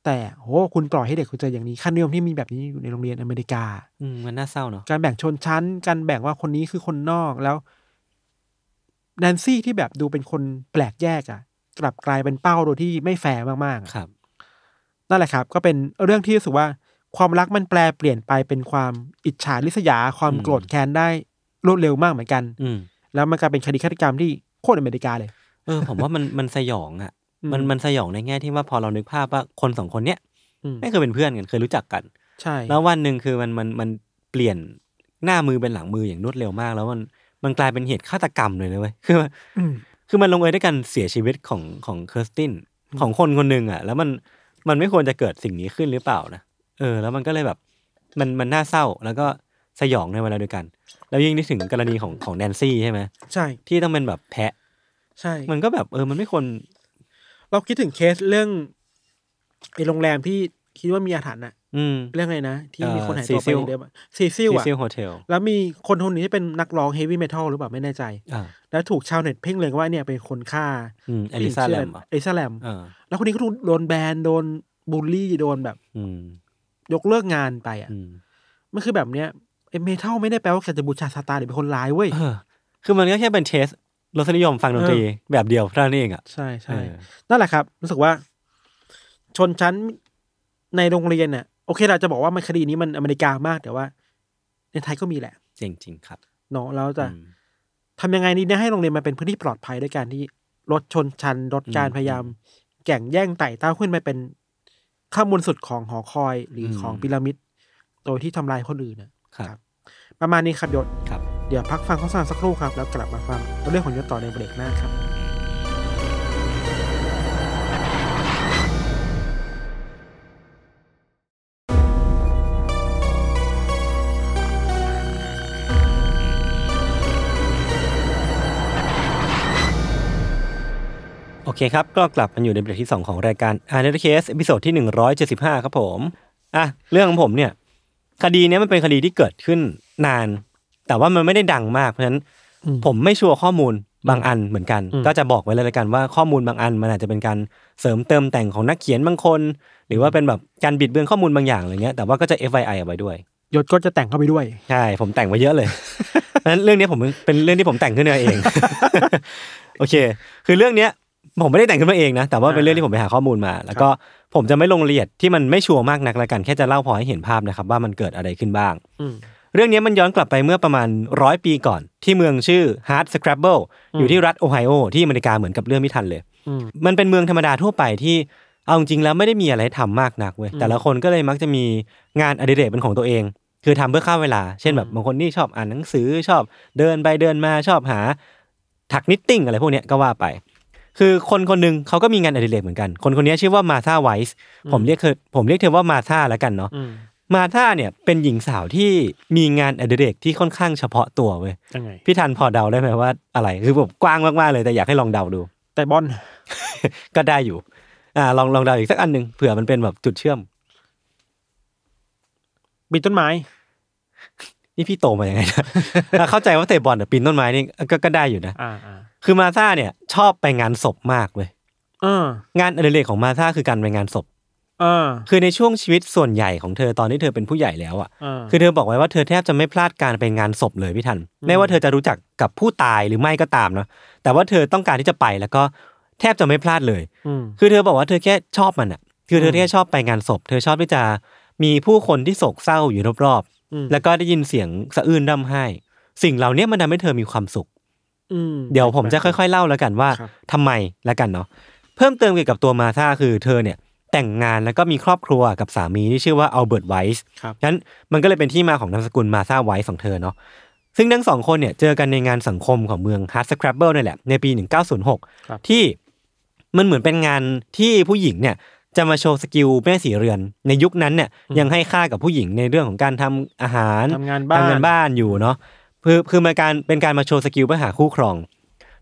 Speaker 2: แต่โหคุณปล่อยให้เด็กคุณเจออย่างนี้ค่านิยมที่มีแบบนี้อยู่ในโรงเรียนอเมริกา
Speaker 1: อืมมันน่าเศร้าเนาะ
Speaker 2: การแบ่งชนชั้น การแบ่งว่าคนนี้คือคนนอกแล้วแนนซี่ที่แบบดูเป็นคนแปลกแยกอะ่ะ กลับกลายเป็นเป้าโดยที่ไม่แฟร์มากๆอะ
Speaker 1: ครับ
Speaker 2: นั่นแหละครับ ก็เป็นเรื่องที่รู้สึกว่าความรักมันแปลเปลี่ยนไปเป็นความอิจฉาริษยา ความ
Speaker 1: อืม
Speaker 2: โกรธแค้นได้รวดเร็วมากเหมือนกัน
Speaker 1: อืม
Speaker 2: แล้วมันกลายเป็นคดีฆาตกรรมที่โคตรอเมริกาเลย
Speaker 1: เออ ผมว่ามันมันสยองอะ
Speaker 2: อืม
Speaker 1: มันมันสยองในแง่ที่ว่าพอเรานึกภาพว่าคนสองคนเนี้ย
Speaker 2: อืม
Speaker 1: ไม่เคยเป็นเพื่อนกันเคยรู้จักกัน
Speaker 2: ใช่
Speaker 1: แล้ววันหนึ่งคือมันมันมันเปลี่ยนหน้ามือเป็นหลังมืออย่างรวดเร็วมาก แล้วมันมันกลายเป็นเหตุฆาตกรรมเลยนะเว้ยคือมัน
Speaker 2: อืม
Speaker 1: คือมันลงเอยด้วยการเสียชีวิตของของเคอร์สตินของคนคนหนึ่งอ่ะ แล้วมันมันไม่ควรจะเกิดสิ่งนี้ขึ้นหรือเปล่านะเออ แล้วมันก็เลยแบบ มันมันน่าเศร้าแล้วก็สยองในเวลาเดียวกัน แล้วยิ่งนึกถึงกรณีของของแนนซี่ใช่ไหม
Speaker 2: ใช่
Speaker 1: ที่ต้องเป็นแบบแพะ
Speaker 2: ใช่
Speaker 1: มันก็แบบเออมันไม่ควร
Speaker 2: เราคิดถึงเคสเรื่องไอ้โรงแรมที่คิดว่ามีอาถรรพ์น่ะ
Speaker 1: อืม
Speaker 2: เรื่องอะไรนะ ที่
Speaker 1: เอ่อ
Speaker 2: มีคนหายตัว
Speaker 1: ซี
Speaker 2: ไป
Speaker 1: ซิล
Speaker 2: ในเดิมอะซีซิล
Speaker 1: ที่
Speaker 2: อะ
Speaker 1: เซียโฮเทล
Speaker 2: แล้วมีคนคนหนึ่งที่เป็นนักร้องเฮฟวี่เมทัลหรือเปล่าไม่แน่ใจ
Speaker 1: อ่า
Speaker 2: แล้วถูกชาวเน็ตเพ่งเลยว่าเนี่ยเป็นคนฆ่า
Speaker 1: อืมอลิซาแลมอ่ะ
Speaker 2: เอลิซาแลม
Speaker 1: เออ
Speaker 2: แล้วคนนี้ก็ถูกโดนแบนโดนบูลลี่โดนแบบ
Speaker 1: อืม
Speaker 2: ยกเลิกงานไปอ่ะ
Speaker 1: อืม
Speaker 2: มันคือแบบเนี้ยไอ้เมทัลไม่ได้แปลว่าแกจะบูชาซาตานหรือเป็นคนร้ายเว้ย
Speaker 1: เออ คือมันก็แค่เป็นเทสรสนิยมฟังดนตรีแบบเดียวเท่านั้นเองอ่ะ
Speaker 2: ใช่ใช่
Speaker 1: เออ
Speaker 2: นั่นแหละครับ รู้สึกว่า ชนชั้นในโรงเรียนน่ะ โอเคเราจะบอกว่ามันคดีนี้มันอเมริกามากแต่ว่า ในไทยก็มีแหละ
Speaker 1: จริงจริง ๆ ครับ
Speaker 2: เนาะเราจะ
Speaker 1: อืม
Speaker 2: ทำยังไงดีเนี่ยให้โรงเรียนมันเป็นพื้นที่ปลอดภัยด้วยการที่ลดชนชั้นลดการ
Speaker 1: อืม
Speaker 2: พยายาม แก่งแย่งไต่เต้าขึ้นไปเป็นข้ามบนสุดของหอคอยหรืออ
Speaker 1: ม
Speaker 2: ของพีระมิดโดยที่ทำลายคนอื่นน่ะ
Speaker 1: ครับ ครับ
Speaker 2: ประมาณนี้ครับยศ
Speaker 1: ครับ
Speaker 2: เดี๋ยวพักฟังข้อสารสักครู่ครับ แล้วกลับมาฟังเรื่องของยศต่อในเบรกหน้าครับ
Speaker 1: โอเคครับ ก็กลับมาอยู่ในเบรกที่ 2 ของรายการอ่านเดอร์เคสเอพิโซดที่ 175 ครับผม อ่ะ เรื่องของผมเนี่ย คดีเนี้ยมันเป็นคดีที่เกิดขึ้นนาน แต่ว่ามันไม่ได้ดังมาก เพราะฉะนั้น
Speaker 2: อืม
Speaker 1: ผมไม่ชัวร์ข้อมูลบางอันเหมือนกัน
Speaker 2: อืม
Speaker 1: ก็จะบอกไว้เลยละกันว่าข้อมูลบางอัน มันอาจจะเป็นการเสริมเติมแต่งของนักเขียนบางคน หรือว่าเป็นแบบการบิดเบือนข้อมูลบางอย่างอะไรเงี้ย แต่ว่าก็จะ FYI เอาไว้ด้วย
Speaker 2: ยศก็จะแต่งเข้าไปด้วย
Speaker 1: ใช่ ผมแต่งไว้เยอะ เลย เพราะฉะนั้นเรื่องนี้ผมเป็นเรื่องที่ผมแต่งขึ้นมาเอง โอเค คือเรื่องเนี้ยผมไม่ได้แต่งขึ้นมาเองนะ แต่ว่าเป็นเรื่องที่ผมไปหาข้อมูลมา แล้วก็ผมจะไม่ลงรายละเอียดที่มันไม่ชัวร์มากนักละกันแค่จะเล่าพอให้เห็นภาพนะครับว่ามันเกิดอะไรขึ้นบ้าง
Speaker 2: อืม
Speaker 1: เรื่องนี้มันย้อนกลับไปเมื่อประมาณร้อยปีก่อน ที่เมืองชื่อฮาร์ดสครับเบิลอยู่ที่รัฐโอไฮโอที่อเมริกาเหมือนกับเรื่องไม่ทันเลย
Speaker 2: อืม
Speaker 1: มันเป็นเมืองธรรมดาทั่วไปที่เอาจริงๆแล้วไม่ได้มีอะไรให้ทำมากนักเว้ย
Speaker 2: อืม
Speaker 1: แต่ละคนก็เลยมักจะมีงานอดิเรกเป็นของตัวเอง คือทำเพื่อฆ่าเวลา เช่นแบบบางคนนี่ชอบอ่านหนังสือชอบเดินไปเดินมาชอบหาถักนิตติ้งอะไรพวกเนี้ยก็ว่าไป คือคนคนหนึ่งเขาก็มีงานอดิเรกเหมือนกัน คนคนนี้ชื่อว่ามาธาไวส์ผม
Speaker 2: อืม
Speaker 1: เรียกเธอผมเรียกเธอว่ามาธาแล้วกันเนาะ
Speaker 2: อืม
Speaker 1: มาธาเนี่ยเป็นหญิงสาวที่มีงานอดิเรกที่ค่อนข้างเฉพาะตัวเว้ย
Speaker 2: ยังไง
Speaker 1: พี่ทันพอเดาได้ไหมว่าอะไรคือผมกว้างมากๆเลยแต่อยากให้ลองเดาดู
Speaker 2: แต่บอล
Speaker 1: ก็ได้อยู่ อ่า ลองลองเดาอีกสักอันหนึ่งเผื่อมันเป็นแบบจุดเชื่อม
Speaker 2: ปีนต้นไม้
Speaker 1: นี่พี่โตมาอย่างไงนะ อ่ะเข้าใจว่าเตะบอลแต่ปีนต้นไม้นี่ก็ก็ได้อยู่นะ
Speaker 2: อ่าอ่า
Speaker 1: คือมาซาเนี่ย ชอบไปงานศพมากเว้ย
Speaker 2: อ่าง
Speaker 1: านอดิเรกของมาซาคือการไปงานศพ
Speaker 2: อ่า
Speaker 1: คือในช่วงชีวิตส่วนใหญ่ของเธอตอนที่เธอเป็นผู้ใหญ่แล้วอ่ะ
Speaker 2: อ่า
Speaker 1: คือเธอบอกไว้ว่าเธอแทบจะไม่พลาดการไปงานศพเลยพี่ทัน ไม่ว่าเธอจะรู้จักกับผู้ตายหรือไม่ก็ตามเนาะ แต่ว่าเธอต้องการที่จะไปแล้วก็แทบจะไม่พลาดเลย
Speaker 2: ม
Speaker 1: คือเธอบอกว่าเธอแค่ชอบมันอ่ะ คือเธอแค่ชอบไปงานศพ เธอชอบที่จะมีผู้คนที่โศกเศร้าอยู่รอบ
Speaker 2: อืม
Speaker 1: ๆ แล้วก็ได้ยินเสียงสะอื้นร่ำไห้ สิ่งเหล่านี้มันทำให้เธอมีความสุข
Speaker 2: อืม
Speaker 1: เดี๋ยวผมจะค่อยๆเล่าแล้วกันว่า
Speaker 2: ครับ
Speaker 1: ทำไมแล้วกันเนาะ เพิ่มเติมเกี่ยวกับตัวมาธาคือเธอเนี่ยแต่งงานแล้วก็มีครอบครัวกับสามีที่ชื่อว่าอัลเบิร์ตไวส์
Speaker 2: ครับ
Speaker 1: นั้นมันก็เลยเป็นที่มาของนามสกุลมาซาไวท์ของเธอเนาะซึ่งทั้งสองคนเนี่ยเจอกันในงานสังคมของเมืองฮาร์ดสครับเบิลนี่นแหละ ในปี
Speaker 2: ครับ
Speaker 1: 1906 ที่มันเหมือนเป็นงานที่ผู้หญิงเนี่ยจะมาโชว์สกิลแม่สีเรือน ในยุคนั้นเนี่ยยังให้ค่ากับผู้หญิงในเรื่องของการทำอาหาร
Speaker 2: ทำงานบ้าน
Speaker 1: ทำงานบ้านอยู่เนาะคือคือมันการเป็นการมาโชว์สกิลเพื่อหาคู่ครอง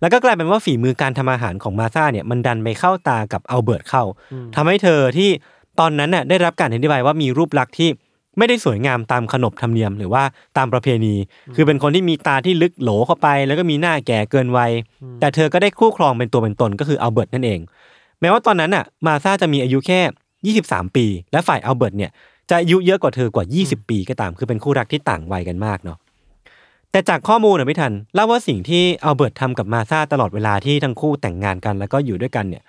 Speaker 1: แล้วก็กลายเป็นว่าฝีมือการทำอาหารของมาซาเนี่ยมันดันไปเข้าตากับอัลเบิร์ตเข้า
Speaker 2: อืม
Speaker 1: ทำให้เธอที่ตอนนั้นน่ะได้รับการอธิบายว่ามีรูปลักษณ์ที่ไม่ได้สวยงามตามขนบธรรมเนียมหรือว่าตามประเพณี คือเป็นคนที่มีตาที่ลึกโหลเข้าไป แล้วก็มีหน้าแก่เกินวัย แต่เธอก็ได้คู่ครองเป็นตัวเป็นตนก็คืออัลเบิร์ตนั่นเอง แม้ว่าตอนนั้นน่ะมาซาจะมีอายุแค่ 23 ปี และฝ่ายอัลเบิร์ตเนี่ยจะอายุเยอะกว่าเธอกว่า 20 ปีก็ตาม คือเป็นคู่รักที่ต่างวัยกันมากเนาะ แต่จากข้อมูลนะพี่ทันเล่าว่าสิ่งที่อัลเบิร์ตทำกับมาซาตลอดเวลาที่ทั้งคู่แต่งงานกันแล้วก็อยู่ด้วยกันเนี่ย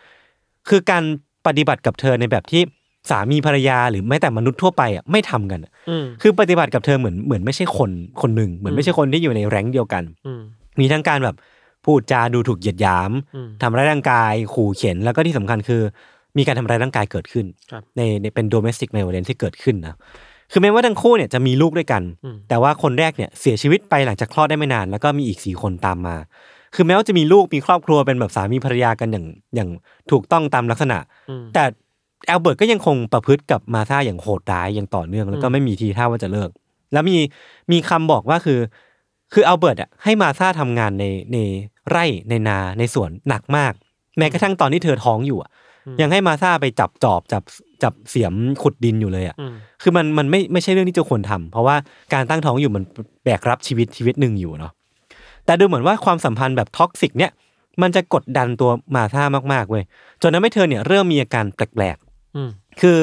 Speaker 1: คือการปฏิบัติกับเธอในแบบที่สามีภรรยาหรือแม้แต่มนุษย์ทั่วไปอ่ะไม่ทำกันอะ
Speaker 2: อืม
Speaker 1: คือปฏิบัติกับเธอเหมือนเหมือนไม่ใช่คนคนหนึ่งเหมือนไม่ใช่คนที่อยู่ในแรงค์เดียวกัน
Speaker 2: อืม
Speaker 1: มีทั้งการแบบพูดจาดูถูกเหยียดหยาม
Speaker 2: อืม
Speaker 1: ทำร้ายร่างกาย ขู่เข็นแล้วก็ที่สำคัญคือ มีการทำร้ายร่างกายเกิดขึ้น
Speaker 2: ครับ
Speaker 1: ในในเป็น domestic violence ที่เกิดขึ้นนะคือแม้ว่าทั้งคู่เนี่ยจะมีลูกด้วยกัน
Speaker 2: อืม
Speaker 1: แต่ว่าคนแรกเนี่ยเสียชีวิตไปหลังจากคลอดได้ไม่นาน แล้วก็มีอีกสี่คนตามมา คือแม้ว่าจะมีลูกมีครอบครัวเป็นแบบสามีภรรยากันอย่างอย่างถูกต้องตามลักษณะ
Speaker 2: อืม
Speaker 1: แต่แอลเบิร์ตก็ยังคงประพฤติกับมาธาอย่างโหดร้ายอย่างต่อเนื่อง แล้วก็
Speaker 2: อืม
Speaker 1: ไม่มีทีท่าว่าจะเลิก แล้วมีมีคำบอกว่าคือ คืออัลเบิร์ตอะให้มาธาทำงานในในไร่ในนาในสวนหนักมาก แม้กระทั่งตอนที่เธอท้องอยู่อะยังให้มาธาไปจับจอบจับจับเสียมขุดดินอยู่เลยอะ
Speaker 2: อืม
Speaker 1: คือมันมันไม่ไม่ใช่เรื่องที่จะควรทำเพราะว่าการตั้งท้องอยู่มันแบกรับชีวิตชีวิตหนึ่งอยู่เนาะแต่ดูเหมือนว่าความสัมพันธ์แบบท็อกซิกเนี่ย มันจะกดดันตัวมาธามากๆเว้ยจนทำให้เธอเนี่ยเริ่มมีอาการแปลก
Speaker 2: อืม
Speaker 1: ๆ คือ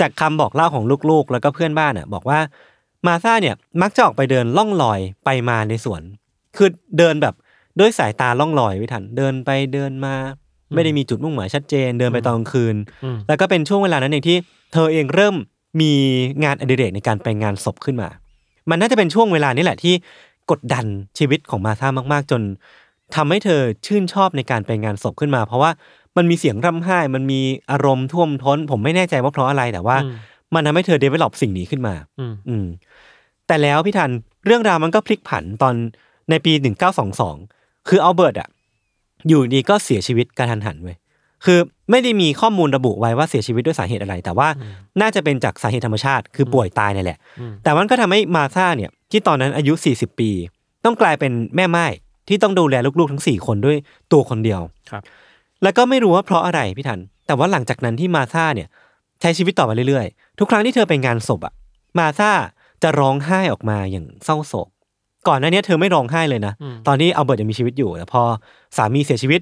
Speaker 1: จากคำบอกเล่าของลูกๆ แล้วก็เพื่อนบ้านอ่ะบอกว่ามาธาเนี่ยมักจะออกไปเดินล่องลอยไปมาในสวน คือเดินแบบด้วยสายตาล่องลอยไม่ทันเดินไปเดินมา ไม่ได้มีจุดมุ่งหมายชัดเจน เดินไปตอนกลางคืน
Speaker 2: อืม
Speaker 1: แล้วก็เป็นช่วงเวลานั้นเองที่เธอเองเริ่มมีงานอดิเรกในการไปงานศพขึ้นมา มันน่าจะเป็นช่วงเวลานี่แหละที่กดดันชีวิตของมาธามาก ๆ จนทำให้เธอชื่นชอบในการไปงานศพขึ้นมา เพราะว่ามันมีเสียงร่ำไห้ มันมีอารมณ์ท่วมท้น ผมไม่แน่ใจว่าเพราะอะไรแต่ว่า
Speaker 2: อืม
Speaker 1: มันทำให้เธอเดเวล็อปสิ่งนี้ขึ้นมา
Speaker 2: อืม
Speaker 1: อืม แต่แล้วพี่ทันเรื่องราวมันก็พลิกผันตอนในปี 1922 คืออัลเบิร์ตอ่ะอยู่ดีก็เสียชีวิตกระทันหันเว้ยคือไม่ได้มีข้อมูลระบุไว้ว่าเสียชีวิตด้วยสาเหตุอะไร แต่ว่าน่าจะเป็นจากสาเหตุธรรมชาติ คือป่วยตายเนี่ยแหละ แต่มันก็ทำให้มาซาเนี่ยที่ตอนนั้นอายุ 40 ปี ต้องกลายเป็นแม่ไม้ที่ต้องดูแลลูกๆทั้งสี่คนด้วยตัวคนเดียว
Speaker 2: ครับ
Speaker 1: แล้วก็ไม่รู้ว่าเพราะอะไรพี่ทัน แต่ว่าหลังจากนั้นที่มาซาเนี่ย ใช้ชีวิตต่อไปเรื่อยๆ ทุกครั้งที่เธอไปงานศพอะมาซาจะร้องไห้ออกมาอย่างเศร้าโศก ก่อนหน้าเนี้ยเธอไม่ร้องไห้เลยนะ
Speaker 2: อืม
Speaker 1: ตอนที่อัลเบิร์ตยังมีชีวิตอยู่แต่พอสามีเสียชีวิต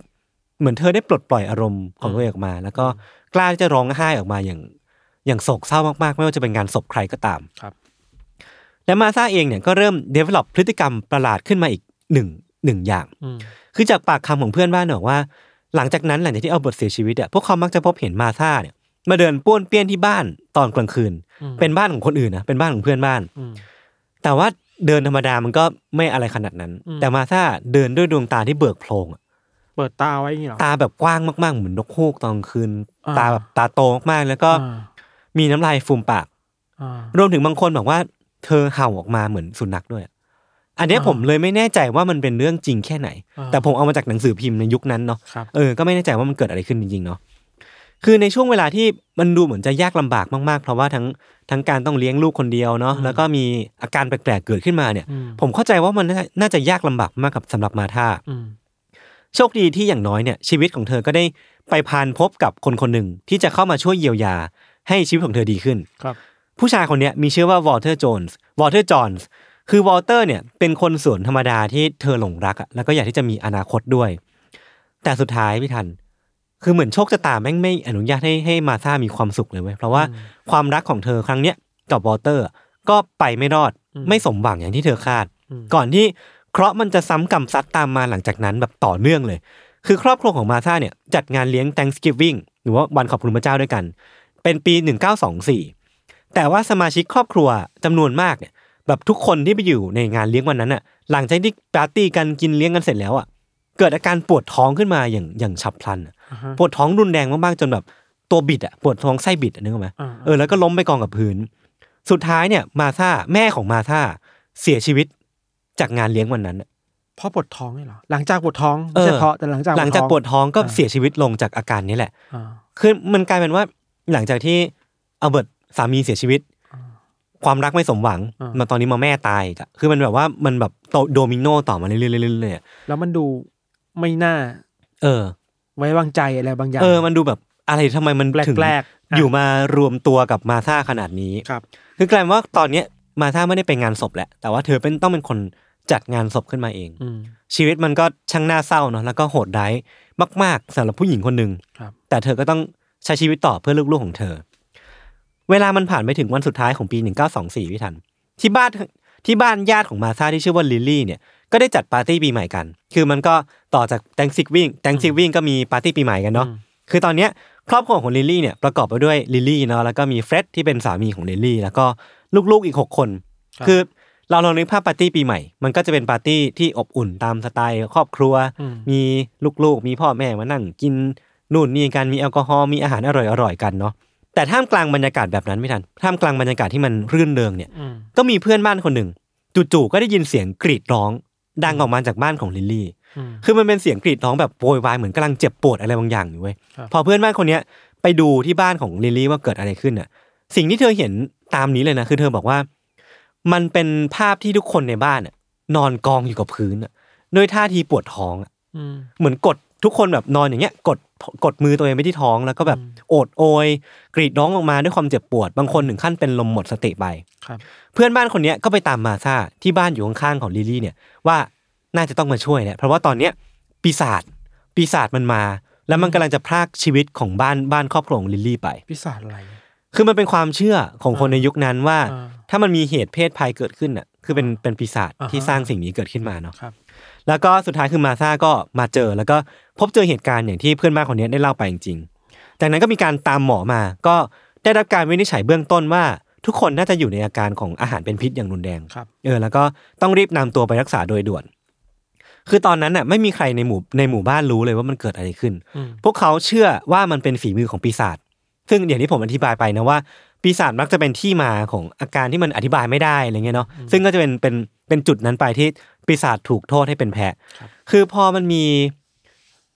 Speaker 1: เหมือนเธอได้ปลดปล่อยอารมณ์ของตัวเองออกมา แล้วก็กล้าที่จะร้องไห้ออกมาอย่างอย่างโศกเศร้ามากๆ ไม่ว่าจะเป็นงานศพใครก็ตาม และมาซาเองเนี่ยก็เริ่ม develop พฤติกรรมประหลาดขึ้นมาอีกหนึ่งหนึ่งอย่าง
Speaker 2: อืม
Speaker 1: คือจากปากคำของเพื่อนบ้านบอกว่า หลังจากนั้นหลังจากที่เอาบทเสียชีวิตอ่ะพวกเขามักจะพบเห็นมาซาเนี่ยมาเดินป้วนเปี้ยนที่บ้านตอนกลางคืน
Speaker 2: อืม
Speaker 1: เป็นบ้านของคนอื่นนะเป็นบ้านของเพื่อนบ้าน
Speaker 2: อืม
Speaker 1: แต่ว่าเดินธรรมดามันก็ไม่อะไรขนาดนั้น
Speaker 2: อืม
Speaker 1: แต่มาซาเดินด้วยดวงตาที่เบิกโพลงอะ
Speaker 2: เปิดตาไว้อย่างงี้เหรอ
Speaker 1: ตาแบบกว้างมากๆเหมือนนกฮูกตอนกลางคืน
Speaker 2: อ่า
Speaker 1: ตาแบบตาโตมากๆแล้วก็
Speaker 2: อ่า
Speaker 1: มีน้ำลายฟูมปาก
Speaker 2: อ่า
Speaker 1: รวมถึงบางคนบอกว่าเธอเห่าออกมาเหมือนสุนัขด้วย อันเนี้ย
Speaker 2: อ่า
Speaker 1: ผมเลยไม่แน่ใจว่ามันเป็นเรื่องจริงแค่ไหน
Speaker 2: อ่า
Speaker 1: แต่ผมเอามาจากหนังสือพิมพ์ในยุคนั้นเนาะ
Speaker 2: ครับ
Speaker 1: เออ ก็ไม่แน่ใจว่ามันเกิดอะไรขึ้นจริงๆเนาะ คือในช่วงเวลาที่มันดูเหมือนจะยากลำบากมากๆ เพราะว่าทั้งทั้งการต้องเลี้ยงลูกคนเดียวเนาะ แล้วก็มีอาการแปลกๆเกิดขึ้นมาเนี่ย
Speaker 2: อืม
Speaker 1: ผมเข้าใจว่ามันน่าน่าจะยากลำบากมากกับสำหรับมาธา
Speaker 2: อืม
Speaker 1: โชคดีที่อย่างน้อยเนี่ยชีวิตของเธอก็ได้ไปพานพบกับคนคนหนึ่งที่จะเข้ามาช่วยเยียวยา ให้ชีวิตของเธอดีขึ้น
Speaker 2: ครับ
Speaker 1: ผู้ชายคนเนี้ยมีชื่อว่าวอลเตอร์โจนส์วอลเตอร์จอห์นส์คือวอลเตอร์เนี่ยเป็นคนสวนธรรมดาที่เธอหลงรักอะแล้วก็อยากที่จะมีอนาคตด้วย แต่สุดท้ายพี่ทัน คือเหมือนโชคชะตาแม่งไม่อนุญาตให้ให้มาธามีความสุขเลยเว้ยเพราะว่าความรักของเธอครั้งเนี้ยกับวอลเตอร์ ก็ไปไม่รอดไม่สมหวังอย่างที่เธอคาด ก่อนที่เคราะห์มันจะซ้ำกรรมซัดตามมาหลังจากนั้นแบบต่อเนื่องเลย คือครอบครัวของมาธาเนี่ยจัดงานเลี้ยง Thanksgiving หรือว่าวันขอบคุณพระเจ้าด้วยกัน เป็นปี 1924 แต่ว่าสมาชิกครอบครัวจำนวนมากเนี่ยแบบทุกคนที่ไปอยู่ในงานเลี้ยงวันนั้นอ่ะหลังจากที่ปาร์ตี้กันกินเลี้ยงกันเสร็จแล้วอ่ะเกิดอาการปวดท้องขึ้นมาอย่างอย่างฉับพลันอะ
Speaker 2: อ่าฮะ
Speaker 1: ปวดท้องรุนแรงมากๆจนแบบตัวบิดอ่ะปวดท้องไส้บิดอะนึกออกไหม
Speaker 2: อ่า
Speaker 1: เออแล้วก็ล้มไปกองกับพื้น สุดท้ายเนี่ยมาธาแม่ของมาธาเสียชีวิตจากงานเลี้ยงวันนั้นน่ะ
Speaker 2: เพราะปวดท้องนี่เหรอ หลังจากปวดท้อง
Speaker 1: เอ
Speaker 2: ไม่
Speaker 1: อ
Speaker 2: ใช่เพราะแต่หลังจาก
Speaker 1: หลังจากปวดท้
Speaker 2: ท้อ
Speaker 1: องก็
Speaker 2: อ่า
Speaker 1: เสียชีวิตลงจากอาการนี้แหละ
Speaker 2: อ่า
Speaker 1: คือมันกลายเป็นว่าหลังจากที่อัลเบิร์ตสามีเสียชีวิต ความรักไม่สมหวัง
Speaker 2: อ่าม
Speaker 1: มาตอนนี้มาแม่ตายอีกอะคือมันแบบว่ามันแบบโตโดมิโนต่อมาเรื่อยๆเรื่อยๆเรื่อยๆอะ
Speaker 2: แล้วมันดูไม่น่า
Speaker 1: เออ
Speaker 2: ไว้วางใจอะไรบางอย่าง
Speaker 1: เออ มันดูแบบอะไรทำไมมันถึง
Speaker 2: แปลกๆอ่ะ
Speaker 1: อยู่มารวมตัวกับมาธาขนาดนี้
Speaker 2: ครับ
Speaker 1: คือกลายเป็นว่าตอนเนี้ยมาธาไม่ได้ไปงานศพแหละ แต่ว่าเธอเป็นต้องเป็นคนจัดงานศพขึ้นมาเอง
Speaker 2: อืม
Speaker 1: ชีวิตมันก็ช่างน่าเศร้าเนาะแล้วก็โหดร้ายมากๆสำหรับผู้หญิงคนหนึ่ง
Speaker 2: ครับ
Speaker 1: แต่เธอก็ต้องใช้ชีวิตต่อเพื่อลูกๆของเธอ เวลามันผ่านไปถึงวันสุดท้ายของปี 1924พี่ทัน ที่บ้านที่บ้านญาติของมาธาที่ชื่อว่าลิลลี่เนี่ยก็ได้จัดปาร์ตี้ปีใหม่กัน คือมันก็ต่อจากแตงซิกวิ่งแตงซิกวิ่งก็มีปาร์ตี้ปีใหม่กันเนาะคือตอนเนี้ยครอบครัวของลิลลี่เนี่ยประกอบไปด้วยลิลลี่เนาะแล้วก็มีเฟร็ดที่เป็นสามีของลิลลี่แล้วก็ลูกๆอีกหกคน คือเราลองนึกภาพปาร์ตี้ปีใหม่ มันก็จะเป็นปาร์ตี้ที่อบอุ่นตามสไตล์ครอบครัว
Speaker 2: อืม
Speaker 1: มีลูกๆ มีพ่อแม่มานั่งกินนู่นนี่กัน มีแอลกอฮอล์ มีอาหารอร่อยๆกันเนาะ แต่ท่ามกลางบรรยากาศแบบนั้นไม่ทัน ท่ามกลางบรรยากาศที่มันรื่นเริงเนี่ย
Speaker 2: อืม
Speaker 1: ก็มีเพื่อนบ้านคนหนึ่งจู่ๆ ก็ได้ยินเสียงกรีดร้อง ดังออกมาจากบ้านของลิลลี่
Speaker 2: อืม
Speaker 1: คือมันเป็นเสียงกรีดร้องแบบโวยวายเหมือนกำลังเจ็บปวดอะไรบางอย่างอยู่เว้ย
Speaker 2: ครับ
Speaker 1: พอเพื่อนบ้านคนเนี้ยไปดูที่บ้านของลิลลี่ว่าเกิดอะไรขึ้นน่ะ สิ่งที่เธอเห็นตามนี้เลยนะคือเธอบอกว่า มันเป็นภาพที่ทุกคนในบ้านน่ะนอนกองอยู่กับพื้นน่ะด้วยท่าทีปวดท้องอ่ะ
Speaker 2: อืม
Speaker 1: เหมือนกดทุกคนแบบนอนอย่างเงี้ยกดกดมือตัวเองไปที่ท้องแล้วก็แบบโอดโอย กรีดร้องออกมาด้วยความเจ็บปวด บางคนถึงขั้นเป็นลมหมดสติไป
Speaker 2: ครับ
Speaker 1: เพื่อนบ้านคนเนี้ยก็ไปตามมาซาที่บ้านอยู่ข้างๆของลิลลี่เนี่ยว่าน่าจะต้องมาช่วยแหละเพราะว่าตอนเนี้ยปีศาจปีศาจมันมา แล้วมันกำลังจะพรากชีวิตของบ้านบ้านครอบครัวของลิลลี่ไป
Speaker 2: พิศาจอะไร
Speaker 1: คือมันเป็นความเชื่อของคนในยุคนั้นว่า
Speaker 2: อ่า
Speaker 1: ถ้ามันมีเหตุเพศภัยเกิดขึ้นน่ะคือเป็นเป็นปีศาจ
Speaker 2: อ่าฮะ
Speaker 1: ที่สร้างสิ่งนี้เกิดขึ้นมาเนาะ
Speaker 2: ครับ
Speaker 1: แล้วก็สุดท้ายคือมาซาก็มาเจอแล้วก็พบเจอเหตุการณ์อย่างที่เพื่อนบ้านคนนี้ได้เล่าไปจริงๆจากนั้นก็มีการตามหมอมา ก็ได้รับการวินิจฉัยเบื้องต้นว่า ทุกคนน่าจะอยู่ในอาการของอาหารเป็นพิษอย่างรุนแรง
Speaker 2: ครับ
Speaker 1: เออแล้วก็ต้องรีบนำตัวไปรักษาโดยด่วน คือตอนนั้นน่ะไม่มีใครในหมู่ในหมู่บ้านรู้เลยว่ามันเกิดอะไรขึ้น
Speaker 2: อืม
Speaker 1: พวกเขาเชื่อว่ามันเป็นฝีมือของปีศาจซึ่งอย่างที่ผมอธิบายไปนะว่า ปีศาจมักจะเป็นที่มาของอาการที่มันอธิบายไม่ได้อะไรเงี้ยเนาะซึ่งก็จะเป็นเป็นเป็นจุดนั้นไปที่ปีศาจถูกโทษให้เป็นแพะคือพอมันมี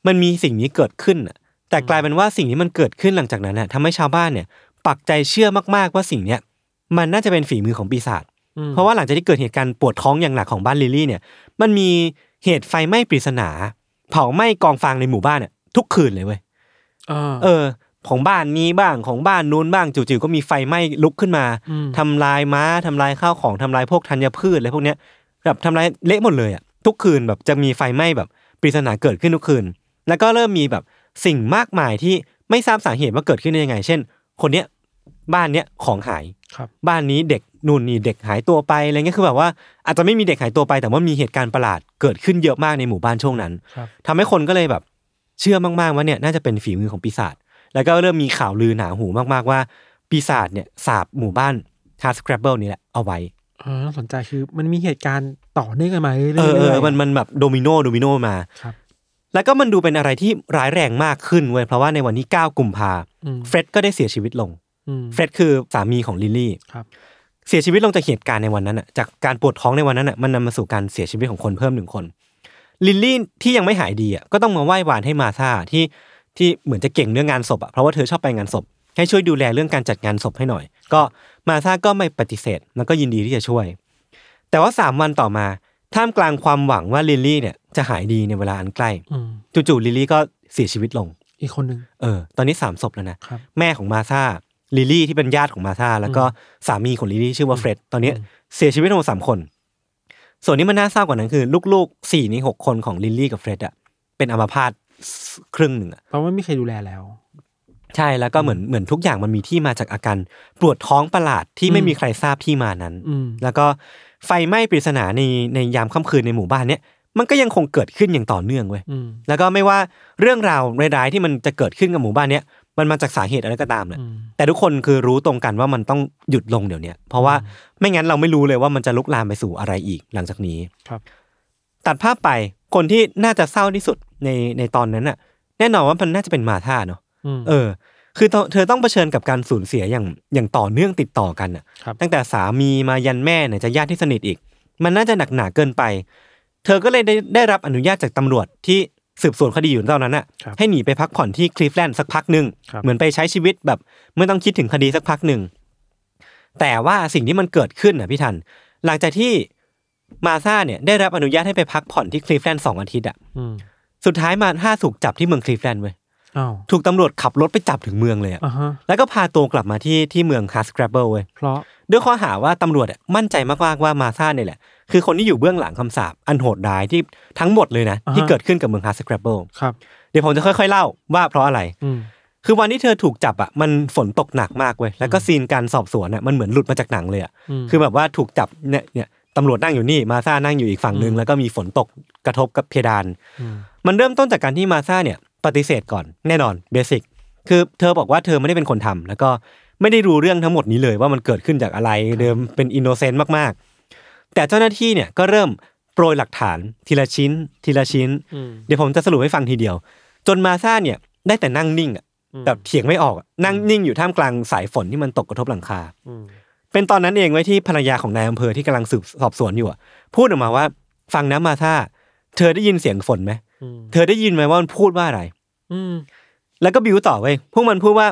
Speaker 1: มันมีสิ่งนี้เกิดขึ้นน่ะแต่กลายเป็นว่าสิ่งที่มันเกิดขึ้นหลังจากนั้นน่ะทำให้ชาวบ้านเนี่ย ปักใจเชื่อมากๆว่าสิ่งเนี้ยมันน่าจะเป็นฝีมือของปีศาจ เพราะว่าหลังจากที่เกิดเหตุการณ์ปวดท้องอย่างหนักของบ้านลิลลี่เนี่ย มันมีเหตุไฟไหม้ปริศนา เผาไหม้กองฟางในหมู่บ้านเนี่ยทุกคืนเลยเว้ย เออ ของบ้านนี้บ้างของบ้านนู้นบ้างจู่ๆก็มีไฟไหม้ลุกขึ้นมา
Speaker 2: อืม
Speaker 1: ทำลายม้าทำลายข้าวของทำลายพวกธัญพืชอะไรพวกเนี้ยแบบทำลายเละหมดเลยอ่ะทุกคืนแบบจะมีไฟไหม้แบบปริศนาเกิดขึ้นทุกคืน แล้วก็เริ่มมีแบบสิ่งมากมายที่ไม่ทราบสาเหตุว่าเกิดขึ้นได้ยังไง เช่น คนเนี้ยบ้านเนี้ยของหาย
Speaker 2: ครับ
Speaker 1: บ้านนี้เด็กนู่นนี่เด็กหายตัวไปอะไรเงี้ยคือแบบว่าอาจจะไม่มีเด็กหายตัวไป แต่ว่ามีเหตุการณ์ประหลาดเกิดขึ้นเยอะมากในหมู่บ้านช่วงนั้น
Speaker 2: ครับ
Speaker 1: ทำให้คนก็เลยแบบ เชื่อมากๆว่าเนี่ยน่าจะเป็นฝีมือของปีศาจแล้วก็เริ่มมีข่าวลือหนาหูมากๆว่า ปีศาจเนี่ยสาบหมู่บ้านฮาร์สครบเบิลนี่แหละเอาไว้
Speaker 2: เออน่าสนใจคือมันมีเหตุการณ์ต่อเนื่องกันมาเรื่อยๆ
Speaker 1: เออเออ
Speaker 2: รื่ยๆ
Speaker 1: มันมันแบบโดมิโนโดมิโนมา
Speaker 2: ครับ
Speaker 1: แล้วก็มันดูเป็นอะไรที่ร้ายแรงมากขึ้นเว้ยเพราะว่าในวันที่ 9 กุมภา
Speaker 2: อืม
Speaker 1: เฟร็ดก็ได้เสียชีวิตลง
Speaker 2: อืม
Speaker 1: เฟร็ดคือสามีของลิลลี่
Speaker 2: ครับ
Speaker 1: เสียชีวิตลงจากเหตุการณ์ในวันนั้นน่ะจากการปวดท้องในวันนั้นน่ะมันนำมาสู่การเสียชีวิตของคนเพิ่มหนึ่งคนลิลลี่ที่ยังไม่หายดีอ่ะก็ต้องมาไหว้วานให้มาธาที่ที่เหมือนจะเก่งเรื่องงานศพอ่ะเพราะว่าเธอชอบไปงานศพ ให้ช่วยดูแลเรื่องการจัดงานศพให้หน่อย ก็มาธาก็ไม่ปฏิเสธแล้วก็ยินดีที่จะช่วย แต่ว่าสามวันต่อมาท่ามกลางความหวังว่าลิลลี่เนี่ยจะหายดีในเวลาอันใกล้
Speaker 2: อืม
Speaker 1: จู่ๆลิลลี่ก็เสียชีวิตลง
Speaker 2: อีกคนหนึ่ง
Speaker 1: เออตอนนี้สามศพแล้วนะ
Speaker 2: ครับ
Speaker 1: แม่ของมาธาลิลลี่ที่เป็นญาติของมาธาแล้วก็สามีของลิลลี่ชื่อว่าเฟร็ดตอนนี้เสียชีวิตทั้งหมดสามคน ส่วนนี้มันน่าเศร้ากว่านั้นคือ ลูกๆสี่ในหกคนของลิลลี่กับเฟร็ดอะเป็นอัมพาตครึ่งหนึ่งอะ
Speaker 2: เพราะว่าไม่มีใครดูแลแล้ว
Speaker 1: ใช่แล้วก็เหมือนเหมือนทุกอย่างมันมีที่มาจากอาการปวดท้องประหลาดที่ไม่มีใครทราบที่มานั้น
Speaker 2: อืม
Speaker 1: แล้วก็ไฟไหม้ปริศนาในในยามค่ำคืนในหมู่บ้านเนี้ยมันก็ยังคงเกิดขึ้นอย่างต่อเนื่องเว้ย
Speaker 2: อืม
Speaker 1: แล้วก็ไม่ว่าเรื่องราวร้ายๆที่มันจะเกิดขึ้นกับหมู่บ้านเนี้ยมันมาจากสาเหตุอะไรก็ตามเนี่ย
Speaker 2: อืม
Speaker 1: แต่ทุกคนคือรู้ตรงกันว่ามันต้องหยุดลงเดี๋ยวเนี้ยเพราะว่าไม่งั้นเราไม่รู้เลยว่ามันจะลุกลามไปสู่อะไรอีกหลังจากนี้
Speaker 2: ครับ
Speaker 1: ตัดภาพไปคนที่น่าจะเศร้าที่สุดในในตอนนั้นน่ะ แน่นอนว่ามันน่าจะเป็นมาธาเนาะ
Speaker 2: อืม
Speaker 1: เออ คือเธอเธอต้องเผชิญกับการสูญเสียอย่างอย่างต่อเนื่องติดต่อกันน่ะ
Speaker 2: ครับ
Speaker 1: ตั้งแต่สามีมายันแม่เนี่ยจะญาติที่สนิทอีก มันน่าจะหนักหนาเกินไป เธอก็เลยได้ได้รับอนุญาตจากตำรวจที่สืบสวนคดีอยู่ตอนนั้นน่ะ
Speaker 2: ครับ
Speaker 1: ให้หนีไปพักผ่อนที่คลีฟแลนด์สักพักหนึ่ง
Speaker 2: ครับ
Speaker 1: เหมือนไปใช้ชีวิตแบบไม่ต้องคิดถึงคดีสักพักหนึ่ง แต่ว่าสิ่งที่มันเกิดขึ้นนะพี่ทัน หลังจากที่มาซาเนี่ยได้รับอนุญาตให้ไปพักผ่อนที่คลีฟแลนด์สองอาทิตย์อ่ะ
Speaker 2: อืม
Speaker 1: สุดท้ายมาห้าถูกจับที่เมืองคลีฟแลนด์เว้ย
Speaker 2: อ้าว
Speaker 1: ถูกตำรวจขับรถไปจับถึงเมืองเลยอะ
Speaker 2: อ่าฮะ
Speaker 1: แล้วก็พาตัวกลับมาที่ที่เมืองฮัสแกรบเบิลเว้ย
Speaker 2: เพราะ
Speaker 1: ด้วยข้อหาว่าตำรวจอะมั่นใจมากๆว่ามาซาเนี่ยแหละ คือคนที่อยู่เบื้องหลังคำสาปอันโหดร้ายที่ทั้งหมดเลยนะ ที่เกิดขึ้นกับเมืองฮัสแกรบเบิล
Speaker 2: ครับ
Speaker 1: เดี๋ยวผมจะค่อยๆเล่าว่าเพราะอะไร
Speaker 2: อืม
Speaker 1: คือวันที่เธอถูกจับอ่ะมันฝนตกหนักมากเว้ยแล้วก็ซีนการสอบสวนอ่ะมันเหมือนหลุดมาจากหนังเลยอ่ะ
Speaker 2: อืม
Speaker 1: คือแบบว่าถูกจับเนี่ยเนี่ยตำรวจนั่งอยู่นี่มาซานั่งอยู่อีกฝั่งหนึ่งแล้วก็มีฝนตกกระทบกับเพดาน
Speaker 2: อืม
Speaker 1: มันเริ่มต้นจากการที่มาซาเนี่ยปฏิเสธก่อนแน่นอนเบสิกคือเธอบอกว่าเธอไม่ได้เป็นคนทำแล้วก็ไม่ได้รู้เรื่องทั้งหมดนี้เลยว่ามันเกิดขึ้นจากอะไรเดิมเป็นอินโนเซนต์มากๆ แต่เจ้าหน้าที่เนี่ยก็เริ่มโปรยหลักฐาน ทีละชิ้น ทีละชิ้น
Speaker 2: อืม
Speaker 1: เดี๋ยวผมจะสรุปให้ฟังทีเดียว จนมาซาเนี่ยได้แต่นั่งนิ่งอะ
Speaker 2: อืม
Speaker 1: แบบเถียงไม่ออกอะนั่งนิ่งอยู่ท่ามกลางสายฝนที่มันตกกระทบหลังคา
Speaker 2: อืม
Speaker 1: เป็นตอนนั้นเองไว้ยที่ภรรยาของนายอำเภอที่กำลังสืบสอบสวนอยู่อะพูดออกมาว่าฟังนะมาซาเธอได้ยินเสียงฝนไหม
Speaker 2: อืม
Speaker 1: เธอได้ยินไหมว่ามันพูดว่าอะไร
Speaker 2: อืม
Speaker 1: แล้วก็บิวต่อเว้ยพวกมันพูดว่า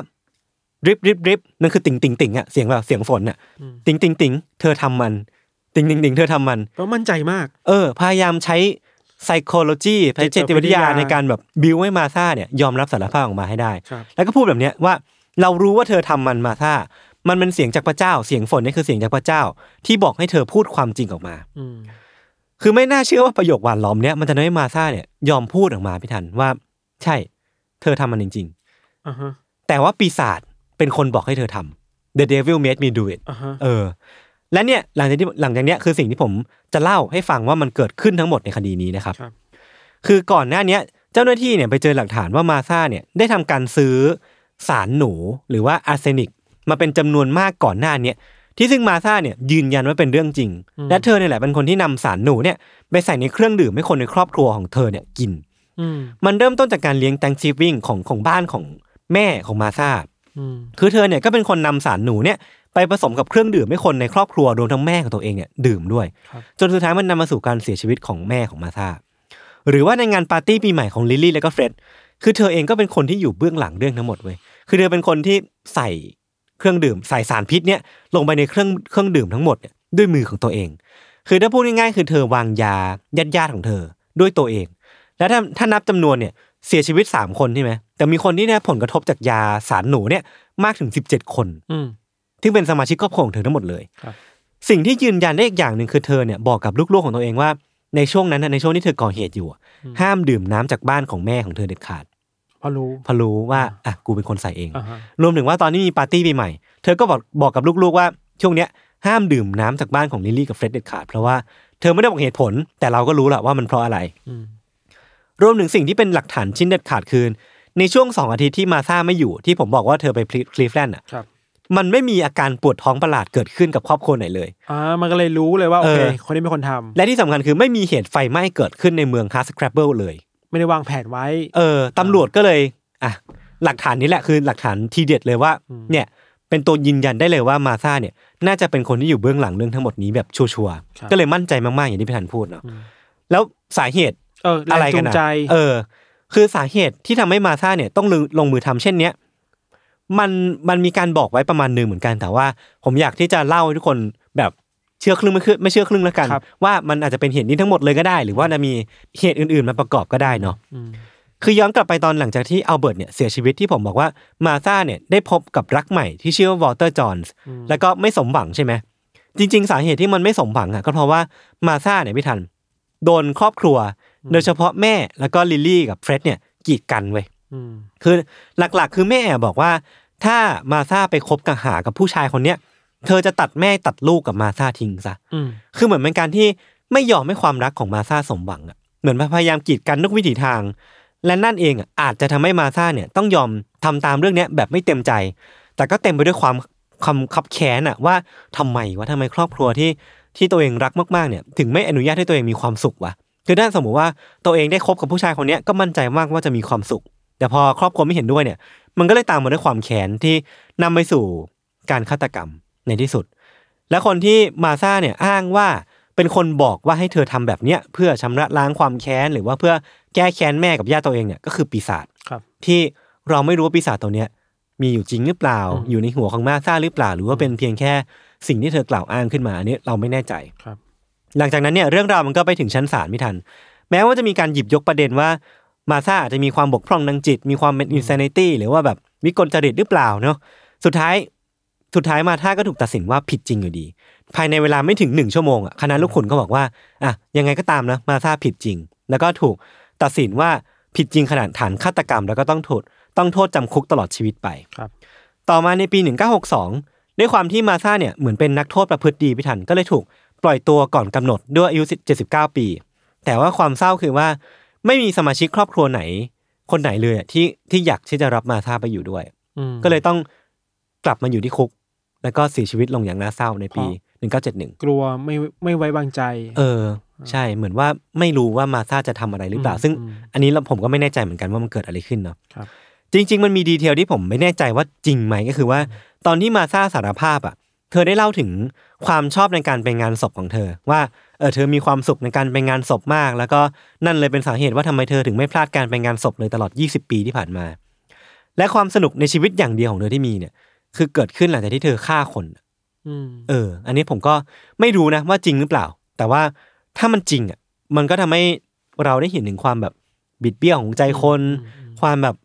Speaker 1: ดริปดริปดริปนั่นคือติ่งติ่งติ่งอะเสียงแบบเสียงฝนอะติ่งติ่งติ่งเธอทำมัน ติ่งติ่งติ่งเธอทำมัน
Speaker 2: เพราะมั่นใจมาก
Speaker 1: เออ พยายามใช้ psychology พจิตวิทยา
Speaker 2: จิตวิทยา
Speaker 1: ในการแบบบิวให้มาซาเนี่ยยอมรับสารภาพออกมาให้ได้
Speaker 2: ครับ
Speaker 1: แล้วก็พูดแบบเนี้ยว่าเรารู้ว่าเธอทำมันมาซามันเป็นเสียงจากพระเจ้า เสียงฝนเนี่ยคือเสียงจากพระเจ้า ที่บอกให้เธอพูดความจริงออกมา
Speaker 2: อืม
Speaker 1: คือไม่น่าเชื่อว่าประโยคหวานล้อมเนี้ยมันจะทำให้มาซาเนี่ยยอมพูดออกมาพี่ทันว่า ใช่ เธอทำมันจริง ๆ
Speaker 2: อ่าฮะ
Speaker 1: แต่ว่าปีศาจเป็นคนบอกให้เธอทำ The Devil made me do it
Speaker 2: อ่าฮะ
Speaker 1: เออ และเนี่ยหลังจากที่หลังจากเนี้ยคือสิ่งที่ผมจะเล่าให้ฟังว่ามันเกิดขึ้นทั้งหมดในคดีนี้นะครับ
Speaker 2: ครับ
Speaker 1: คือก่อนหน้าเนี้ยเจ้าหน้าที่เนี่ยไปเจอหลักฐานว่ามาซาเนี่ยได้ทำการซื้อสารหนูหรือว่าอาร์เซนิก มาเป็นจำนวนมากก่อนหน้าเนี้ยที่ซึ่งมาซาเนี่ยยืนยันว่าเป็นเรื่องจริง และเธอเนี่ยแหละเป็นคนที่นำสารหนูเนี่ยไปใส่ในเครื่องดื่มให้คนในครอบครัวของเธอเนี่ยกิน
Speaker 2: อืม
Speaker 1: มันเริ่มต้นจากการเลี้ยงแตงชีวิ่งของของบ้านของแม่ของมาซา
Speaker 2: อืม
Speaker 1: คือเธอเนี่ยก็เป็นคนนำสารหนูเนี่ยไปผสมกับเครื่องดื่มให้คนในครอบครัวรวมทั้งแม่ของตัวเองเนี่ยดื่มด้วย
Speaker 2: ครับ
Speaker 1: จนสุดท้ายมันนำมาสู่การเสียชีวิตของแม่ของมาธาหรือว่าในงานปาร์ตี้ปีใหม่ของลิลลี่แล้วก็เฟร็ดคือเธอเองก็เป็นคนที่อยู่เบื้องหลังเรื่องทั้งหมดเว้ยคือเธอเป็นคนที่ใส่เครื่องดื่ม ใส่สารพิษเนี่ยลงไปในเครื่องเครื่องดื่มทั้งหมดเนี่ยด้วยมือของตัวเอง คือถ้าพูดง่ายๆคือเธอวางยาญาติญาติๆของเธอด้วยตัวเอง แล้วถ้าถ้านับจำนวนเนี่ยเสียชีวิตสามคนใช่ไหมแต่มีคนที่ได้รับผลกระทบจากยาสารหนูเนี่ยมากถึงสิบเจ็ดคน
Speaker 2: อืม
Speaker 1: ที่งเป็นสมาชิกครอบครัวของเธอทั้งหมดเลย
Speaker 2: ครับ
Speaker 1: สิ่งที่ยืนยันได้อีกอย่างหนึ่งคือเธอเนี่ยบอกกับลูกๆของตัวเองว่า ในช่วงนั้นน่ะในช่วงที่เธอก่อเหตุอยู่อะห้ามดื่มน้ำจากบ้านของแม่ของเธอเด็ดขาด
Speaker 2: เพราะรู้
Speaker 1: เพราะรู้ว่าอ่ะกูเป็นคนใส่เอง
Speaker 2: อ่าฮะ
Speaker 1: รวมถึงว่าตอนนี้มีปาร์ตี้ปีใหม่ เธอก็บอกบอกกับลูกๆว่าช่วงเนี้ยห้ามดื่มน้ำจากบ้านของลิลลี่กับเฟร็ดเด็ดขาดเพราะว่าเธอไม่ได้บอกเหตุผล แต่เราก็รู้แหละว่ามันเพราะอะไร
Speaker 2: อืม
Speaker 1: รวมถึงสิ่งที่เป็นหลักฐานชิ้นเด็ดขาดคือในช่วงสองอาทิตย์ที่มาซาไม่อยู่ที่ผมบอกว่าเธอไปคลีฟแลนด์อ่ะ
Speaker 2: ครับ
Speaker 1: มันไม่มีอาการปวดท้องประหลาดเกิดขึ้นกับครอบครัวไหนเลย
Speaker 2: อ่ามันก็เลยรู้เลยว่าโอเค
Speaker 1: เออ
Speaker 2: คนนี้เป็นคนทำ
Speaker 1: และที่สำคัญคือไม่มีเหตุไฟไหม้เกิดขึ้นในเมืองคาสครบเบิลเลย
Speaker 2: ไม่ได้วางแผนไว้
Speaker 1: เออตำรวจก็เลยอ่ะหลักฐานนี้แหละคือหลักฐานทีเด็ดเลยว่า
Speaker 2: อืม
Speaker 1: เนี่ยเป็นตัวยืนยันได้เลยว่ามาซาเนี่ย น่าจะเป็นคนที่อยู่เบื้องหลังเรื่องทั้งหมดนี้แบบชัวร์ๆก็เลยมั่นใจมากๆอย่างที่พี่ธันพูดเนาะแล้วสาเหตุ
Speaker 2: เออแรง
Speaker 1: อะไร
Speaker 2: จู
Speaker 1: กัน
Speaker 2: ง
Speaker 1: อะ
Speaker 2: ใจ
Speaker 1: เออ คือสาเหตุที่ทำให้มาธาเนี่ยต้องลงลงมือทำเช่นเนี้ย มันมันมีการบอกไว้ประมาณหนึ่งเหมือนกัน แต่ว่าผมอยากที่จะเล่าให้ทุกคนแบบเชื่อครึ่งไม่เชื่อไม่เชื่อครึ่งแล้วกัน ว่ามันอาจจะเป็นเหตุนี้ทั้งหมดเลยก็ได้ หรือว่าจะมีเหตุอื่นๆมาประกอบก็ได้เนาะ
Speaker 2: ม
Speaker 1: คือย้อนกลับไปตอนหลังจากที่อัลเบิร์ตเนี่ยเสียชีวิตที่ผมบอกว่ามาธาเนี่ยได้พบกับรักใหม่ที่ชื่อว่าวอเตอร์จอห์นส์แล้วก็ไม่สมหวังใช่ไหมจริง ๆ สาเหตุที่มันไม่สมหวังอ่ะก็เพราะว่ามาธาเนี่ยพี่ทัน โดนครอบครัว โดยเฉพาะแม่แล้วก็ลิลลี่กับเฟร็ดเนี่ยกีดกันเว้ย
Speaker 2: อืม
Speaker 1: คือหลักๆ คือแม่บอกว่า ถ้ามาธาไปคบกับหากับผู้ชายคนเนี้ยเธอจะตัดแม่ตัดลูกกับมาธาทิ้งซะ
Speaker 2: อืม
Speaker 1: คือเหมือนเป็นการที่ไม่ยอมให้ความรักของมาซาสมหวังอ่ะเหมือนพยายามกีดกันทุกวิถีทาง และนั่นเองอะอาจจะทำให้มาซาเนี่ยต้องยอมทำตามเรื่องเนี้ยแบบไม่เต็มใจ แต่ก็เต็มไปด้วยความคำคับแค้นอ่ะว่าทำไมวะทำไมครอบครัวที่ที่ตัวเองรักมากๆเนี่ย ถึงไม่อนุญาตให้ตัวเองมีความสุขวะคือถ้าสมมติว่าตัวเองได้คบกับผู้ชายคนเนี้ยก็มั่นใจมากว่าจะมีความสุข แต่พอครอบครัวไม่เห็นด้วยเนี่ย มันก็เลยตามมาด้วยความแค้นที่นำไปสู่การฆาตกรรมในที่สุด และคนที่มาซาเนี่ยอ้างว่าเป็นคนบอกว่าให้เธอทำแบบเนี้ยเพื่อชำระล้างความแค้นหรือว่าเพื่อแก้แค้นแม่กับญาติตัวเองเนี่ยก็คือปีศาจ
Speaker 2: ครับ
Speaker 1: ที่เราไม่รู้ว่าปีศาจตัวเนี้ยมีอยู่จริงหรือเปล่า
Speaker 2: อืม
Speaker 1: อยู่ในหัวของมาซาหรือเปล่า หรือว่าเป็นเพียงแค่สิ่งที่เธอกล่าวอ้างขึ้นมาอันนี้เราไม่แน่ใจ
Speaker 2: ครับ
Speaker 1: หลังจากนั้นเนี่ยเรื่องราวมันก็ไปถึงชั้นศาลไม่ทัน แม้ว่าจะมีการหยิบยกประเด็นว่ามาซาอาจจะมีความบกพร่องทางจิต มีความเป็นอินซ n นตี้หรือว่าแบบวิกลจริตหรือเปล่าเนาะสุดท้ายสุดท้ายมาท่าก็ถูกตัดสินว่าผิดจริงอยู่ดี ภายในเวลาไม่ถึงหนึ่งชั่วโมงอะคณะลูกขุนก็บอกว่าอ่ะยังไงก็ตามนะมาท่าผิดจริง แล้วก็ถูกตัดสินว่าผิดจริงขนาดฐานฆาตกรรม แล้วก็ต้องโทษต้องโทษจำคุกตลอดชีวิตไป
Speaker 2: ครับ
Speaker 1: ต่อมาในปี 1962 ด้วยความที่มาซาเนี่ยเหมือนเป็นนักโทษประพฤติดีพิทันก็เลยถูกปล่อยตัวก่อนกำหนดด้วยอายุ 79 ปี แต่ว่าความเศร้าคือว่าไม่มีสมาชิกครอบครัวไหน คนไหนเลยอะที่ที่อยากที่จะรับมาซาไปอยู่ด้วย
Speaker 2: อืม
Speaker 1: ก็เลยต้องกลับมาอยู่ที่คุก แล้วก็เสียชีวิตลงอย่างน่าเศร้าในปี 1971
Speaker 2: กลัวไม่ไม่ไว้วางใจ
Speaker 1: เออ ใช่เหมือนว่าไม่รู้ว่ามาซาจะทำอะไรหรือเปล่า
Speaker 2: อืม
Speaker 1: ซึ่ง
Speaker 2: อืม
Speaker 1: อันนี้เราผมก็ไม่แน่ใจเหมือนกันว่ามันเกิดอะไรขึ้นเนาะ
Speaker 2: ครับ
Speaker 1: จริง ๆ มันมีดีเทลที่ผมไม่แน่ใจว่าจริงไหมก็คือว่า ตอนที่มาซาสารภาพอ่ะ เธอได้เล่าถึงความชอบในการไปงานศพของเธอ ว่าเออเธอมีความสุขในการไปงานศพมาก แล้วก็นั่นเลยเป็นสาเหตุว่าทำไมเธอถึงไม่พลาดการไปงานศพเลยตลอด 20 ปีที่ผ่านมา และความสนุกในชีวิตอย่างเดียวของเธอที่มีเนี่ย คือเกิดขึ้นหลังจากที่เธอฆ่าคน
Speaker 2: อืม
Speaker 1: เออ อันนี้ผมก็ไม่รู้นะว่าจริงหรือเปล่า แต่ว่าถ้ามันจริงอ่ะ มันก็ทำให้เราได้เห็นถึงความแบบบิดเบี้ยวของใจคน ความแบบ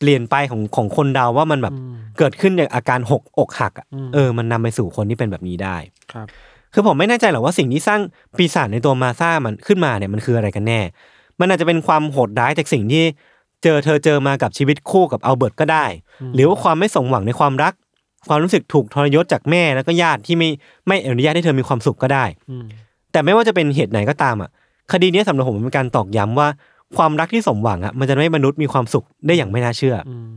Speaker 1: เปลี่ยนไปของของคนเราว่ามันแบบ
Speaker 2: อืม
Speaker 1: เกิดขึ้นจากอาการหกอกหักอ่ะ
Speaker 2: อืม
Speaker 1: เออ มันนำไปสู่คนที่เป็นแบบนี้ได้
Speaker 2: ครับ
Speaker 1: คือผมไม่แน่ใจหรอกว่าสิ่งที่สร้างปีศาจในตัวมาซ่ามันขึ้นมาเนี่ยมันคืออะไรกันแน่ มันอาจจะเป็นความโหดร้ายจากสิ่งที่เจอเธอเจอมากับชีวิตคู่กับอัลเบิร์ตก็ได้
Speaker 2: อืม
Speaker 1: หรือว่าความไม่สมหวังในความรัก ความรู้สึกถูกทรยศจากแม่แล้วก็ญาติที่ไม่ไม่อนุญาตให้เธอมีความสุขก็ได้
Speaker 2: อืม
Speaker 1: แต่ไม่ว่าจะเป็นเหตุไหนก็ตามอ่ะ คดีเนี้ยสำหรับผมมันเป็นการตอกย้ำว่าความรักที่สมหวังอ่ะมันจะไม่มนุษย์มีความสุขได้อย่างไม่น่าเชื่ออ
Speaker 2: อืม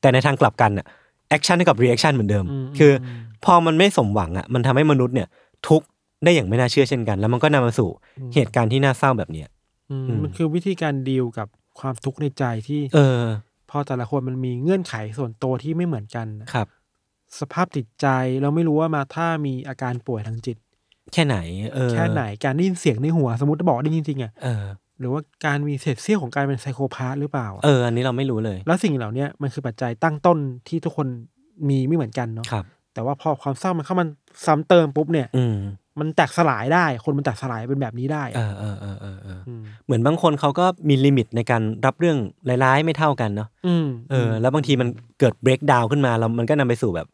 Speaker 1: แต่ในทางกลับกันอ่ะแอคชั่นกับรีแอคชั่นเหมือนเดิม
Speaker 2: อืม
Speaker 1: คืออ
Speaker 2: ม
Speaker 1: พอมันไม่สมหวังอ่ะมันทำให้มนุษย์เนี่ยทุกข์ได้อย่างไม่น่าเชื่อเช่นกัน แล้วมันก็นำมาสู่เหตุการณ์ที่น่าเศร้าแบบเนี้ย
Speaker 2: อืม
Speaker 1: อืม
Speaker 2: มันคือวิธีการดีลกับความทุกข์ในใจที่
Speaker 1: เออ
Speaker 2: พอแต่ละคนมันมีเงื่อนไขส่วนตัวที่ไม่เหมือนกันน่ะ
Speaker 1: ครับ
Speaker 2: สภาพจิตใจเราไม่รู้ว่ามาถ้ามีอาการป่วยทางจิต
Speaker 1: แค่ไหน เออ
Speaker 2: แค่ไหนการได้ยินเสียงในหัวสมมติบอกได้ยินจริงๆอ่ะ
Speaker 1: เออ
Speaker 2: หรือว่าการมีเศษเสี้ยวของการเป็นไซโคพาธหรือเปล่าอะ
Speaker 1: เออ อันนี้เราไม่รู้เลย
Speaker 2: แล้วสิ่งเหล่าเนี้ยมันคือปัจจัยตั้งต้นที่ทุกคนมีไม่เหมือนกันเนาะ
Speaker 1: ครับ
Speaker 2: แต่ว่าพอความเศร้ามันเข้ามันซ้ำเติมปุ๊บเนี่ย
Speaker 1: อืม
Speaker 2: มันแตกสลายได้ คนมันแตกสลายเป็นแบบนี้ได้
Speaker 1: เอ
Speaker 2: อะ
Speaker 1: อเออเออเออเออ
Speaker 2: ม
Speaker 1: เหมือนบางคนเขาก็มีลิมิตในการรับเรื่องร้ายๆไม่เท่ากันเนาะ
Speaker 2: อืม
Speaker 1: เออ แล้วบางทีมันเกิด break down ขึ้นมาแล้วมันก็นำไปสู่แบบ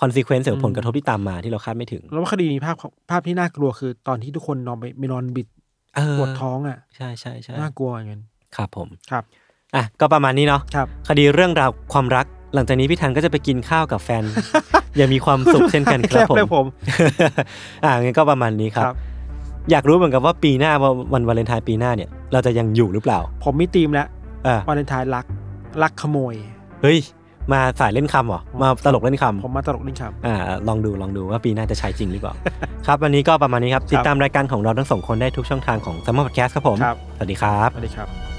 Speaker 1: consequence หรือผลกระทบที่ตามมาที่เราคาดไม่ถึง
Speaker 2: แล้วว่าคดีนี้ภาพภาพที่น่ากลัวคือตอนที่ทุกคนนอนไปไปนอนบิด
Speaker 1: เออ
Speaker 2: ปวดท้องอ่ะ
Speaker 1: ใช่ใช่ใช่
Speaker 2: น่ากลัวเหมือนกัน
Speaker 1: ครับผม
Speaker 2: ครับ
Speaker 1: อ่ะก็ประมาณนี้เนาะ
Speaker 2: ครับ
Speaker 1: คดีเรื่องราวความรัก หลังจากนี้พี่ทันก็จะไปกินข้าวกับแฟ น อย่ามีความสุขเช่นกันครับผม
Speaker 2: แล้วผม
Speaker 1: อ่างั้นก็ประมาณนี้ครับ
Speaker 2: ครับ
Speaker 1: อยากรู้เหมือนกับว่าปีหน้าว่าวันวาเลนไทน์ปีหน้าเนี่ย เราจะยังอยู่หรือเปล่า
Speaker 2: ผมมีธีมแล้ว
Speaker 1: อ่าว
Speaker 2: าเลนไทน์รักรักขโมย
Speaker 1: เฮ้ย มาสายเล่นคำเหรอ มาตลกเล่นคำ
Speaker 2: ผมมาตลกนี่ครับ
Speaker 1: อ่าลองดูลองดูว่าปีหน้าจะใช้จริงหรือเปล่า ครับ วันนี้ก็ประมาณนี้ครับ ติดตามรายการของเราทั้งสองคนได้ทุกช่องทางของ s ัมมอร์พอดแคสต์ครับผม
Speaker 2: ครับ
Speaker 1: สวัสดีครับ
Speaker 2: สวัสดีครับ